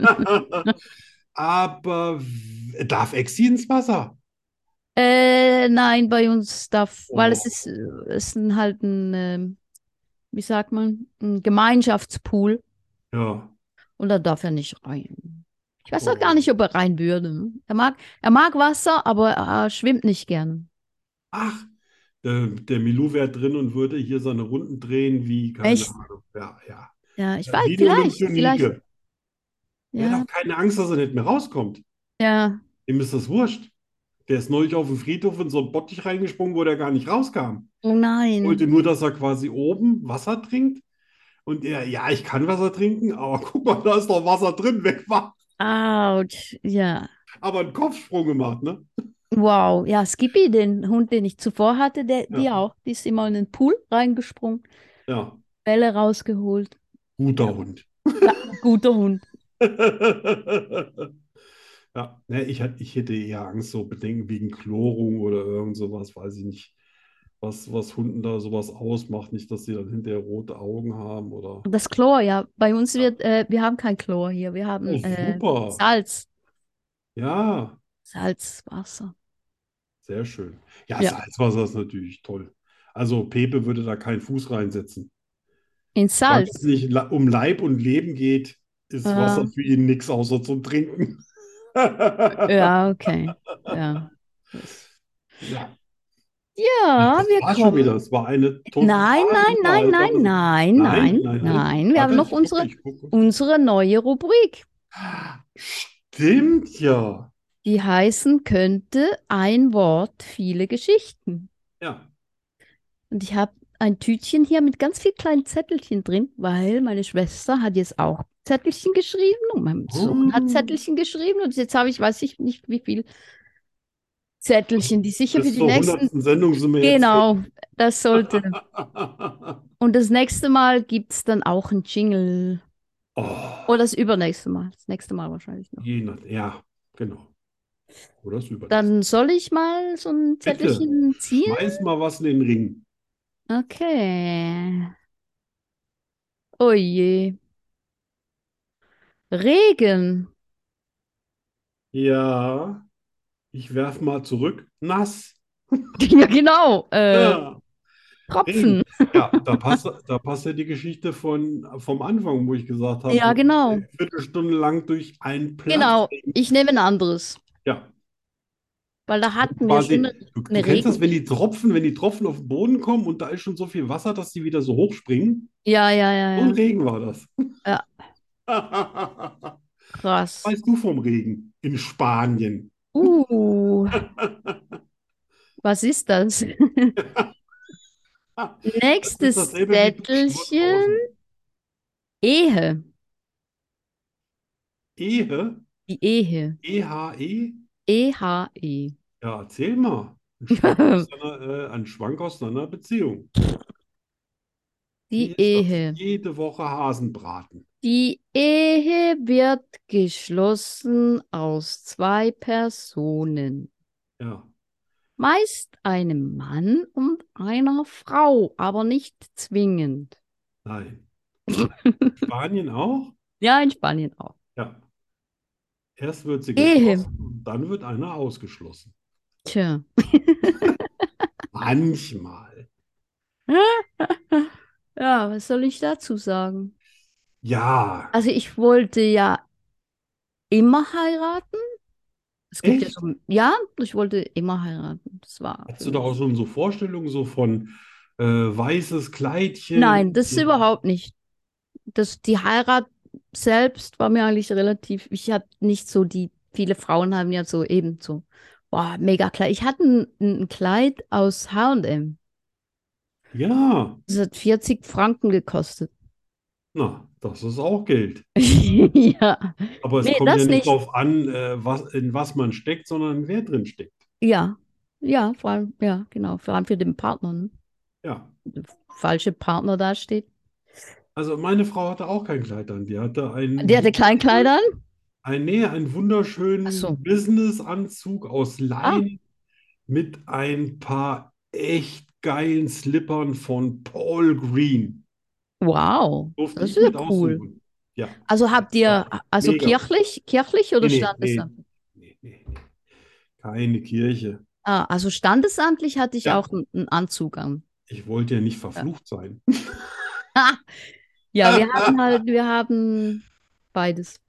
Speaker 2: Aber w- darf Exi ins Wasser?
Speaker 1: Äh, nein, bei uns darf, weil es
Speaker 2: Oh.
Speaker 1: ist, äh, ist ein, halt ein, ähm, wie sagt man, ein Gemeinschaftspool
Speaker 2: Ja.
Speaker 1: und da darf er nicht rein. Ich weiß auch gar
Speaker 2: Oh.
Speaker 1: nicht, ob er rein würde. Er mag, er mag Wasser, aber er schwimmt nicht gerne.
Speaker 2: Ach, äh, der Milou wäre drin und würde hier seine Runden drehen wie, keine
Speaker 1: Echt?
Speaker 2: Ahnung. Ja, ja.
Speaker 1: Ja, ich
Speaker 2: Ja,
Speaker 1: weiß,
Speaker 2: wie eine
Speaker 1: vielleicht, vielleicht.
Speaker 2: Olympionike. Der hat
Speaker 1: Ja,
Speaker 2: auch keine Angst, dass er nicht mehr rauskommt.
Speaker 1: ja.
Speaker 2: Ihm ist das wurscht. Der ist neulich auf dem Friedhof in so einen Bottich reingesprungen, wo der gar nicht rauskam.
Speaker 1: Oh nein.
Speaker 2: wollte nur, dass er quasi oben Wasser trinkt. Und er, ja, ich kann Wasser trinken, aber guck mal, da ist doch Wasser drin, weg war.
Speaker 1: Autsch. Ja.
Speaker 2: Aber einen Kopfsprung gemacht, ne?
Speaker 1: Wow. Ja, Skippy, den Hund, den ich zuvor hatte, der, die
Speaker 2: Ja.
Speaker 1: auch. Die ist immer in den Pool reingesprungen,
Speaker 2: Ja,
Speaker 1: Bälle rausgeholt.
Speaker 2: guter Hund.
Speaker 1: Guter Hund.
Speaker 2: Ja, ne, ich, hätt- ich hätte eher Angst, so Bedenken wegen Chlorung oder irgend sowas, weiß ich nicht, was, was Hunden da sowas ausmacht. Nicht, dass sie dann hinterher rote Augen haben oder.
Speaker 1: Das Chlor, ja. Bei uns wird, äh, wir haben kein Chlor hier. Wir haben
Speaker 2: Oh,
Speaker 1: äh,
Speaker 2: super.
Speaker 1: Salz.
Speaker 2: Ja,
Speaker 1: Salzwasser.
Speaker 2: sehr schön. Ja,
Speaker 1: Ja.
Speaker 2: Salzwasser ist natürlich toll. Also, Pepe würde da keinen Fuß reinsetzen.
Speaker 1: In
Speaker 2: Solange
Speaker 1: Salz.
Speaker 2: es nicht la- um Leib und Leben geht, ist
Speaker 1: Ah.
Speaker 2: Wasser für ihn nichts außer zum Trinken. Ja.
Speaker 1: Ja, okay. Ja.
Speaker 2: Ja,
Speaker 1: Ja,
Speaker 2: Hm, das
Speaker 1: Ah, wir
Speaker 2: war schon
Speaker 1: kommen.
Speaker 2: wieder. Es war eine total
Speaker 1: Nein, nein, nein, nein,
Speaker 2: unterhaltsame-
Speaker 1: nein, nein, nein. Wir haben noch
Speaker 2: Warte, ich gucke,
Speaker 1: unsere,
Speaker 2: ich gucke.
Speaker 1: unsere neue Rubrik.
Speaker 2: Stimmt ja.
Speaker 1: Die heißen könnte ein Wort, viele Geschichten.
Speaker 2: Ja.
Speaker 1: Und ich habe ein Tütchen hier mit ganz viel kleinen Zettelchen drin, weil meine Schwester hat jetzt auch Zettelchen geschrieben und mein Sohn
Speaker 2: Oh.
Speaker 1: hat Zettelchen geschrieben und jetzt habe ich, weiß ich nicht, wie viel Zettelchen, die sicher für
Speaker 2: Bis
Speaker 1: die
Speaker 2: zur
Speaker 1: nächsten.
Speaker 2: 100. Sendung sind wir jetzt.
Speaker 1: Genau, das sollte. Und das nächste Mal gibt es dann auch einen Jingle.
Speaker 2: Oh,
Speaker 1: Oder das übernächste Mal. Das nächste Mal wahrscheinlich noch.
Speaker 2: je nach, ja, genau. Oder ist über.
Speaker 1: Dann soll ich mal so ein
Speaker 2: Bitte.
Speaker 1: Zettelchen ziehen?
Speaker 2: Schmeiß mal was in den Ring.
Speaker 1: Okay. Oh je. Regen.
Speaker 2: Ja. Ich werf mal zurück. Nass.
Speaker 1: Ja, genau. Äh,
Speaker 2: Ja.
Speaker 1: Tropfen.
Speaker 2: Ja, da passt, da passt ja die Geschichte von, vom Anfang, wo ich gesagt habe,
Speaker 1: Ja, genau.
Speaker 2: eine Viertelstunde lang durch einen Platz.
Speaker 1: Genau. Ich nehme ein anderes.
Speaker 2: Ja,
Speaker 1: Weil da hatten wir
Speaker 2: quasi.
Speaker 1: schon. eine-
Speaker 2: Du, du
Speaker 1: eine
Speaker 2: kennst das,
Speaker 1: Regen-
Speaker 2: wenn die Tropfen, wenn die Tropfen auf den Boden kommen und da ist schon so viel Wasser, dass die wieder so hochspringen.
Speaker 1: Ja, ja, ja,
Speaker 2: So ein
Speaker 1: ja.
Speaker 2: Regen war das.
Speaker 1: Ja.
Speaker 2: Was
Speaker 1: Krass.
Speaker 2: weißt du vom Regen in Spanien?
Speaker 1: Uh. Was ist das?
Speaker 2: Das ist
Speaker 1: Nächstes
Speaker 2: dasselbe wie Duschen
Speaker 1: Zettelchen.
Speaker 2: draußen.
Speaker 1: Ehe.
Speaker 2: Ehe,
Speaker 1: Die Ehe. E
Speaker 2: E-H-E.
Speaker 1: E-H-E.
Speaker 2: Ja, erzähl mal. Ein Schwank
Speaker 1: Ähm.
Speaker 2: aus deiner, äh, ein Schwank aus deiner Beziehung.
Speaker 1: Die
Speaker 2: Hier ist
Speaker 1: Ehe.
Speaker 2: das Jede Woche Hasenbraten.
Speaker 1: Die Ehe wird geschlossen aus zwei Personen.
Speaker 2: Ja.
Speaker 1: Meist einem Mann und einer Frau, aber nicht zwingend.
Speaker 2: Nein. Spanien auch?
Speaker 1: Ja, in Spanien auch.
Speaker 2: Ja. Erst wird sie
Speaker 1: Ehe.
Speaker 2: geschlossen, dann wird einer ausgeschlossen.
Speaker 1: Tja.
Speaker 2: Manchmal.
Speaker 1: Ja, was soll ich dazu sagen?
Speaker 2: Ja,
Speaker 1: Also ich wollte ja immer heiraten. Es gibt ja
Speaker 2: Echt?
Speaker 1: so, ja, ich wollte immer heiraten. Das war
Speaker 2: hast
Speaker 1: für
Speaker 2: du da auch schon so Vorstellungen so von äh, weißes Kleidchen?
Speaker 1: Nein, das
Speaker 2: so-
Speaker 1: überhaupt nicht. Das, die Heirat selbst war mir eigentlich relativ. Ich habe nicht so die. Viele Frauen haben ja so eben so. Boah, mega Kleid. Ich hatte ein, ein Kleid aus H&M.
Speaker 2: Ja,
Speaker 1: Das hat 40 Franken gekostet.
Speaker 2: na, das ist auch Geld.
Speaker 1: Ja,
Speaker 2: Aber es
Speaker 1: Nee,
Speaker 2: kommt ja
Speaker 1: das
Speaker 2: nicht
Speaker 1: nicht.
Speaker 2: drauf an, äh, was, in was man steckt, sondern wer drin steckt.
Speaker 1: ja, ja, vor allem, ja, genau. Vor allem für den Partner, ne?
Speaker 2: Ja.
Speaker 1: Falsche Partner dasteht.
Speaker 2: Also meine Frau hatte auch kein Kleid an. Die hatte einen,
Speaker 1: Der hatte Kleinkleidern?
Speaker 2: ein, nee, einen wunderschönen
Speaker 1: Ach so. Ah.
Speaker 2: Business-Anzug aus Leinen mit ein paar echt geilen Slippern von Paul Green.
Speaker 1: Wow.
Speaker 2: Durfte
Speaker 1: Das
Speaker 2: ich
Speaker 1: ist ja
Speaker 2: mit
Speaker 1: cool.
Speaker 2: aussuchen. Ja.
Speaker 1: Also habt ihr, also
Speaker 2: Mega.
Speaker 1: kirchlich, kirchlich oder
Speaker 2: Nee, nee,
Speaker 1: standesamtlich?
Speaker 2: Nee, nee, nee. Keine Kirche.
Speaker 1: Ah, also standesamtlich hatte ich
Speaker 2: Ja.
Speaker 1: auch n- einen Anzug an.
Speaker 2: Ich wollte ja nicht verflucht sein.
Speaker 1: Ja, wir haben halt, wir haben beides,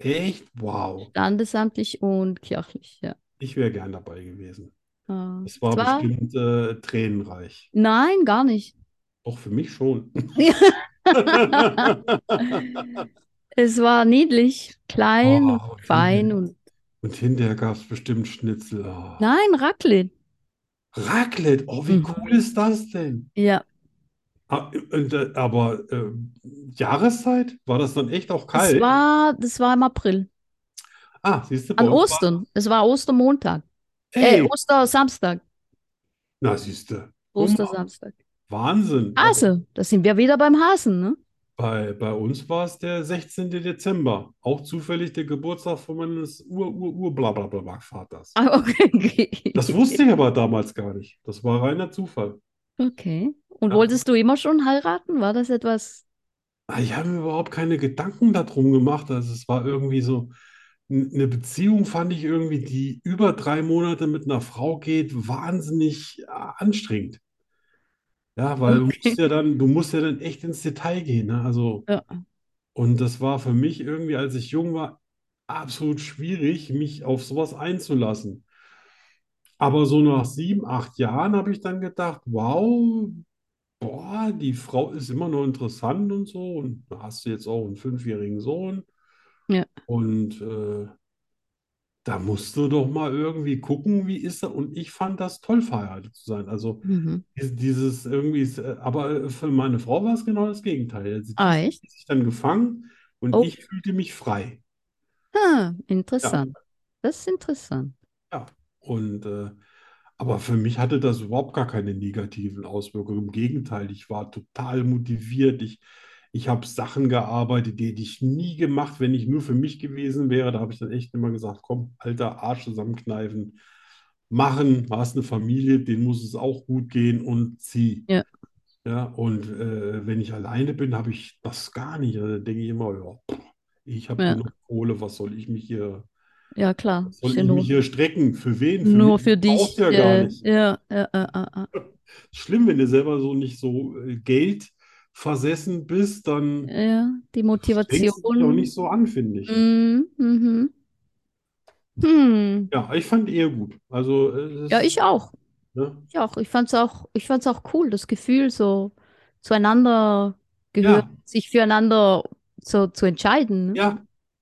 Speaker 2: Echt? Wow.
Speaker 1: standesamtlich und kirchlich, ja.
Speaker 2: Ich wäre gern dabei gewesen.
Speaker 1: Ah,
Speaker 2: Das war
Speaker 1: es war-
Speaker 2: bestimmt äh, tränenreich.
Speaker 1: nein, gar nicht.
Speaker 2: Doch für mich schon. Ah,
Speaker 1: Es war niedlich, klein und
Speaker 2: Oh, okay.
Speaker 1: fein und
Speaker 2: Und hinterher gab es bestimmt Schnitzel. Oh.
Speaker 1: nein, Raclette.
Speaker 2: Raclette, oh, wie
Speaker 1: Mhm.
Speaker 2: cool ist das denn?
Speaker 1: Ja,
Speaker 2: Ah, und, äh, Aber ähm, Jahreszeit? War das dann echt auch
Speaker 1: das
Speaker 2: kalt?
Speaker 1: war, das war im April,
Speaker 2: Ah, siehst du, bei
Speaker 1: an
Speaker 2: uns war-
Speaker 1: Ostern. Es war Ostermontag, äh,
Speaker 2: Ey,
Speaker 1: Ostersamstag,
Speaker 2: na siehst du,
Speaker 1: Ostersamstag.
Speaker 2: Wahnsinn. Also
Speaker 1: Hase, da sind wir wieder beim Hasen, ne?
Speaker 2: bei, bei uns war es der 16. Dezember. Auch zufällig der Geburtstag von meines ur ur ur bla bla bla bla Vaters.
Speaker 1: Ah, okay.
Speaker 2: Das wusste ich aber damals gar nicht. Das war reiner Zufall.
Speaker 1: Okay. Und
Speaker 2: Ja.
Speaker 1: wolltest du immer schon heiraten? War das etwas?
Speaker 2: Ah, Ich habe mir überhaupt keine Gedanken darum gemacht. Also es war irgendwie so, n- eine Beziehung fand ich irgendwie, die über drei Monate mit einer Frau geht, wahnsinnig äh, anstrengend. Ja, weil du
Speaker 1: Okay.
Speaker 2: musst ja dann, du musst ja dann echt ins Detail gehen, ne? Also,
Speaker 1: Ja.
Speaker 2: und das war für mich irgendwie, als ich jung war, absolut schwierig, mich auf sowas einzulassen. Aber so nach sieben, acht Jahren habe ich dann gedacht, wow, boah, die Frau ist immer noch interessant und so. Und da hast du jetzt auch einen fünfjährigen Sohn.
Speaker 1: Ja.
Speaker 2: Und äh, da musst du doch mal irgendwie gucken, wie ist er. Und ich fand das toll, verheiratet zu sein. Also
Speaker 1: Mhm.
Speaker 2: dies- dieses irgendwie, ist, äh, aber für meine Frau war es genau das Gegenteil. Sie
Speaker 1: Ah, echt?
Speaker 2: hat sich dann gefangen und
Speaker 1: Oh.
Speaker 2: ich fühlte mich frei.
Speaker 1: Ah, interessant. Das ist interessant.
Speaker 2: Und äh, aber für mich hatte das überhaupt gar keine negativen Auswirkungen. Im Gegenteil, ich war total motiviert. Ich, ich habe Sachen gearbeitet, die hätte ich nie gemacht, wenn ich nur für mich gewesen wäre. Da habe ich dann echt immer gesagt, komm, alter Arsch zusammenkneifen, machen, du hast eine Familie, denen muss es auch gut gehen und zieh.
Speaker 1: Ja.
Speaker 2: Ja, und äh, wenn ich alleine bin, habe ich das gar nicht. Also, Da denke ich immer, ja, pff, ich habe
Speaker 1: Ja.
Speaker 2: genug Kohle, was soll ich mich hier,
Speaker 1: Ja, klar.
Speaker 2: soll
Speaker 1: Ist
Speaker 2: ich
Speaker 1: ja nur,
Speaker 2: mich hier strecken? Für wen?
Speaker 1: Genau. nur
Speaker 2: mich?
Speaker 1: für dich.
Speaker 2: Braucht ja gar
Speaker 1: äh,
Speaker 2: nicht.
Speaker 1: Ja, ja, ja, ja, ja.
Speaker 2: Schlimm, wenn du selber so nicht so äh, geldversessen bist, dann
Speaker 1: Ja, die
Speaker 2: strengst du dich auch
Speaker 1: Motivation.
Speaker 2: nicht so an, finde ich.
Speaker 1: Mhm, mhm. Hm.
Speaker 2: Ja, ich fand eher gut. Also, äh, es
Speaker 1: Ja,
Speaker 2: ist,
Speaker 1: ich auch.
Speaker 2: ne?
Speaker 1: Ich auch. Ich fand's auch, ich fand's auch cool, das Gefühl, so zueinander gehört, sich füreinander so zu entscheiden.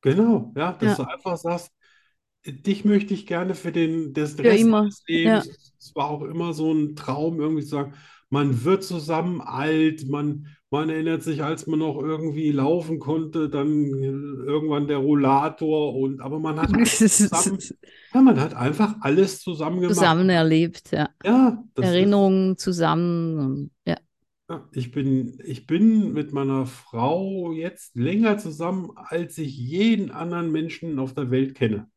Speaker 1: Ne?
Speaker 2: Ja, genau. Ja, dass
Speaker 1: Ja.
Speaker 2: du einfach sagst, äh, dich möchte ich gerne für den des
Speaker 1: Für
Speaker 2: Rest
Speaker 1: immer.
Speaker 2: des Lebens. Es war auch immer so ein Traum, irgendwie zu sagen, man wird zusammen alt, man, man erinnert sich, als man noch irgendwie laufen konnte, dann äh, irgendwann der Rollator und aber man hat zusammen, ja, man hat einfach alles zusammen gemacht.
Speaker 1: Zusammen erlebt, ja.
Speaker 2: Ja, das ist,
Speaker 1: Erinnerungen zusammen. Und, ja.
Speaker 2: ja, ich bin, ich bin mit meiner Frau jetzt länger zusammen, als ich jeden anderen Menschen auf der Welt kenne.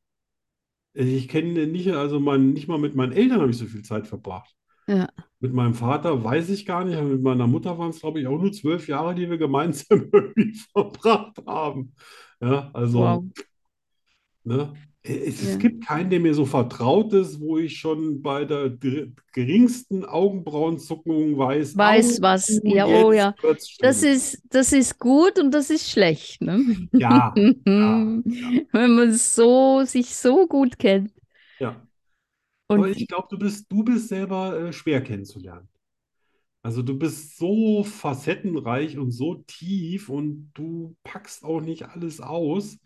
Speaker 2: Ich kenne nicht, also mein, nicht mal mit meinen Eltern habe ich so viel Zeit verbracht.
Speaker 1: Ja.
Speaker 2: Mit meinem Vater weiß ich gar nicht, aber mit meiner Mutter waren es, glaube ich, auch nur zwölf Jahre, die wir gemeinsam irgendwie verbracht haben. Ja, also,
Speaker 1: Wow.
Speaker 2: ne? Es, es
Speaker 1: Ja.
Speaker 2: gibt keinen, der mir so vertraut ist, wo ich schon bei der dr- geringsten Augenbrauenzuckung weiß,
Speaker 1: Weiß
Speaker 2: au,
Speaker 1: was. Ja, oh
Speaker 2: jetzt
Speaker 1: ja.
Speaker 2: wird's
Speaker 1: Das
Speaker 2: schlimm.
Speaker 1: ist, das ist gut und das ist schlecht, ne?
Speaker 2: Ja, ja.
Speaker 1: Mhm. Wenn man so, sich so gut kennt.
Speaker 2: ja.
Speaker 1: Und
Speaker 2: Aber ich glaube, du bist, du bist selber äh, schwer kennenzulernen. Also du bist so facettenreich und so tief und du packst auch nicht alles aus.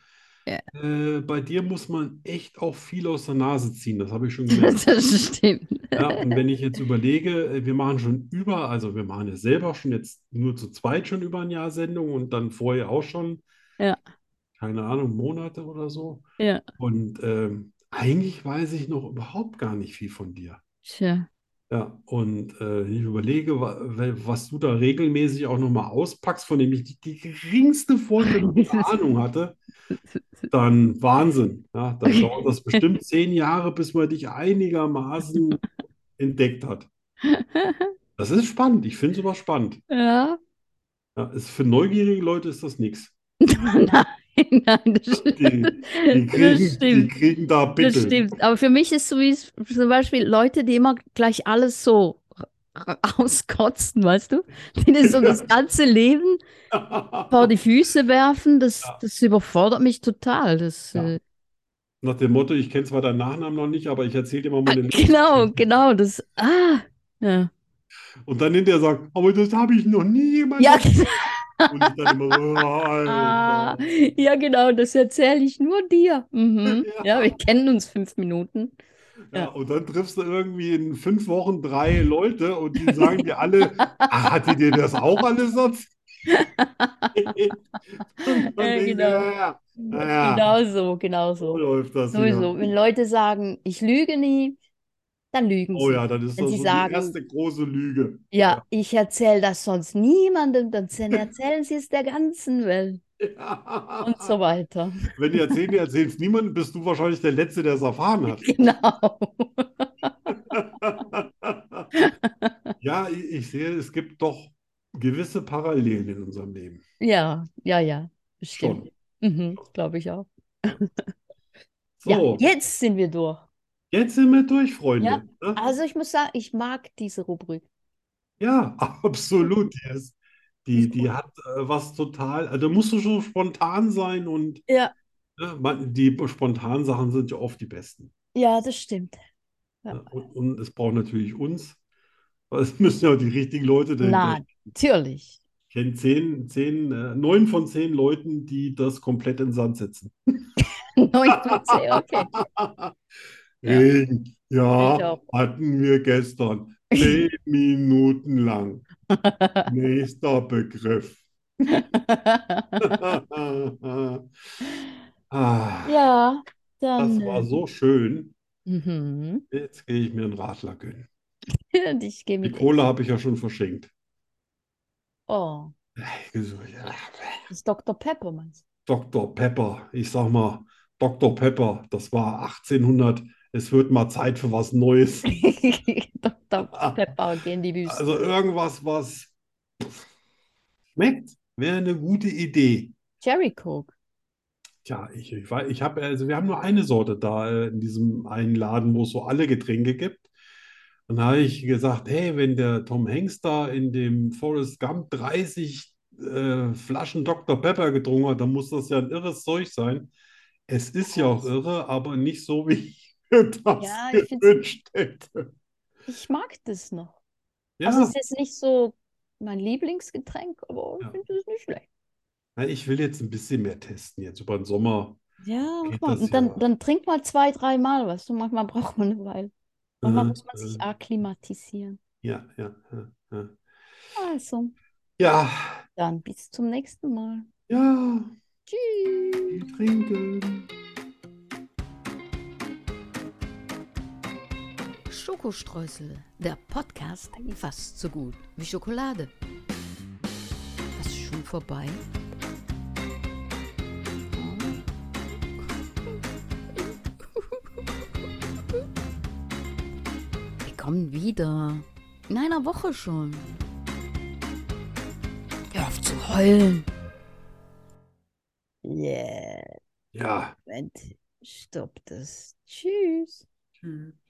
Speaker 1: Ja.
Speaker 2: Äh, bei dir muss man echt auch viel aus der Nase ziehen, das habe ich schon gemerkt.
Speaker 1: das stimmt.
Speaker 2: Ja, und wenn ich jetzt überlege, äh, wir machen schon über, also wir machen ja selber schon jetzt nur zu zweit schon über ein Jahr Sendung und dann vorher auch schon,
Speaker 1: Ja.
Speaker 2: keine Ahnung, Monate oder so.
Speaker 1: Ja.
Speaker 2: Und ähm, eigentlich weiß ich noch überhaupt gar nicht viel von dir.
Speaker 1: Tja.
Speaker 2: Ja, und äh, ich überlege, wa- wel- was du da regelmäßig auch nochmal auspackst, von dem ich die, die geringste Vorstellung oder Ahnung hatte, dann Wahnsinn. Ja, dann dauert das bestimmt zehn Jahre, bis man dich einigermaßen entdeckt hat. Das ist spannend. Ich finde sowas spannend.
Speaker 1: Ja.
Speaker 2: Ja, ist, für neugierige Leute ist das nichts.
Speaker 1: Nein, nein, das
Speaker 2: Die,
Speaker 1: stimmt.
Speaker 2: die kriegen,
Speaker 1: Das
Speaker 2: die
Speaker 1: stimmt.
Speaker 2: kriegen da
Speaker 1: Das
Speaker 2: Pickel.
Speaker 1: stimmt. Aber für mich ist so wie s- zum Beispiel Leute, die immer gleich alles so r- auskotzen, weißt du? Denen so das ganze Leben vor die Füße werfen, das,
Speaker 2: Ja.
Speaker 1: das überfordert mich total. Das,
Speaker 2: Ja.
Speaker 1: äh,
Speaker 2: Nach dem Motto, ich kenne zwar deinen Nachnamen noch nicht, aber ich erzähle dir mal meine
Speaker 1: Genau, genau, das. Ah, ja.
Speaker 2: Und dann hinterher sagen, aber das habe ich noch nie jemandem
Speaker 1: Ja, genau.
Speaker 2: erzählt. Und ich dann immer so, oh,
Speaker 1: ah,
Speaker 2: Alter.
Speaker 1: ja, genau, das erzähle ich nur dir. Mhm.
Speaker 2: Ja.
Speaker 1: Ja, wir kennen uns fünf Minuten.
Speaker 2: Ja, und dann triffst du irgendwie in fünf Wochen drei Leute und die sagen dir alle, ah, hat die dir das auch alles erzählt? Und dann
Speaker 1: Ja,
Speaker 2: denkst du,
Speaker 1: genau.
Speaker 2: ja, ja, ja,
Speaker 1: Genau so, genau
Speaker 2: so
Speaker 1: so.
Speaker 2: läuft das hier.
Speaker 1: Sowieso, wenn Leute sagen, ich lüge nie, dann lügen
Speaker 2: Oh
Speaker 1: sie.
Speaker 2: ja, dann ist
Speaker 1: Wenn
Speaker 2: das
Speaker 1: sie
Speaker 2: so
Speaker 1: sagen-
Speaker 2: die erste große Lüge.
Speaker 1: Ja, ich erzähle das sonst niemandem, dann erzählen sie es der ganzen Welt und
Speaker 2: Ah.
Speaker 1: so weiter.
Speaker 2: Wenn die erzählen, die erzählen es niemandem, bist du wahrscheinlich der Letzte, der es erfahren hat.
Speaker 1: Genau.
Speaker 2: Ja, ich, ich sehe, es gibt doch gewisse Parallelen in unserem Leben.
Speaker 1: Ja, ja, ja,
Speaker 2: Schon.
Speaker 1: bestimmt. Mhm, glaube ich auch. Ja,
Speaker 2: So,
Speaker 1: jetzt sind wir durch.
Speaker 2: jetzt sind wir durch, Freunde.
Speaker 1: Ja,
Speaker 2: Ne?
Speaker 1: Also ich muss sagen, ich mag diese Rubrik.
Speaker 2: Ja, absolut. Die ist, die, die hat äh, was total, also musst du schon spontan sein und
Speaker 1: Ja.
Speaker 2: ne, man, die spontanen Sachen sind ja oft die besten.
Speaker 1: Ja, das stimmt. Ja.
Speaker 2: Ne? Und, und es braucht natürlich uns, weil es müssen ja auch die richtigen Leute
Speaker 1: Na,
Speaker 2: dahinter.
Speaker 1: natürlich.
Speaker 2: Ich kenne zehn, zehn, äh, neun von zehn Leuten, die das komplett in den Sand setzen.
Speaker 1: 9.10, okay.
Speaker 2: Regen, ja,
Speaker 1: Ich auch.
Speaker 2: hatten wir gestern. Zehn Minuten lang. Nächster Begriff. Ah,
Speaker 1: Ja,
Speaker 2: das
Speaker 1: dann.
Speaker 2: war
Speaker 1: äh,
Speaker 2: so schön.
Speaker 1: Mhm.
Speaker 2: Jetzt gehe ich mir einen Radler gönnen.
Speaker 1: Und ich gehe
Speaker 2: Die
Speaker 1: mit.
Speaker 2: Cola habe ich ja schon verschenkt.
Speaker 1: Oh,
Speaker 2: Also, ja,
Speaker 1: das ist Dr. Pepper, meinst
Speaker 2: Dr. Pepper, ich sag mal, Dr. Pepper, das war 1800. Es wird mal Zeit für was Neues. Ah,
Speaker 1: du? Dr. Pepper gehen die Wüste.
Speaker 2: Also irgendwas, was schmeckt, wäre eine gute Idee.
Speaker 1: Cherry Coke.
Speaker 2: Tja, ich, ich weiß, ich habe, also wir haben nur eine Sorte da äh, in diesem einen Laden, wo es so alle Getränke gibt. Und da habe ich gesagt, hey, wenn der Tom Hanks da in dem Forrest Gump 30 äh, Flaschen Dr. Pepper getrunken hat, dann muss das ja ein irres Zeug sein. Es ist ja auch irre, aber nicht so, wie ich mir das
Speaker 1: Ja, ich find's-
Speaker 2: gewünscht hätte.
Speaker 1: Ich mag das noch. Also
Speaker 2: Ja,
Speaker 1: es ist jetzt nicht so mein Lieblingsgetränk, aber ich
Speaker 2: Ja.
Speaker 1: finde es nicht schlecht.
Speaker 2: na, ich will jetzt ein bisschen mehr testen, jetzt über den Sommer.
Speaker 1: Ja,
Speaker 2: Geht
Speaker 1: mach mal.
Speaker 2: das
Speaker 1: Und dann,
Speaker 2: ja.
Speaker 1: dann trink mal zwei, dreimal, weißt du, manchmal braucht man eine Weile. Manchmal
Speaker 2: Äh,
Speaker 1: muss man sich
Speaker 2: äh,
Speaker 1: akklimatisieren.
Speaker 2: ja, ja, ja, ja.
Speaker 1: Also,
Speaker 2: Ja,
Speaker 1: dann bis zum nächsten Mal.
Speaker 2: ja,
Speaker 1: Tschüss.
Speaker 2: viel trinken.
Speaker 3: Schokostreusel, der Podcast fast so gut wie Schokolade. Was ist schon vorbei? kommen wieder. In einer Woche schon. Hör auf zu heulen.
Speaker 1: Yeah.
Speaker 2: Ja.
Speaker 1: Moment. Stopp das. Tschüss.
Speaker 2: Tschüss.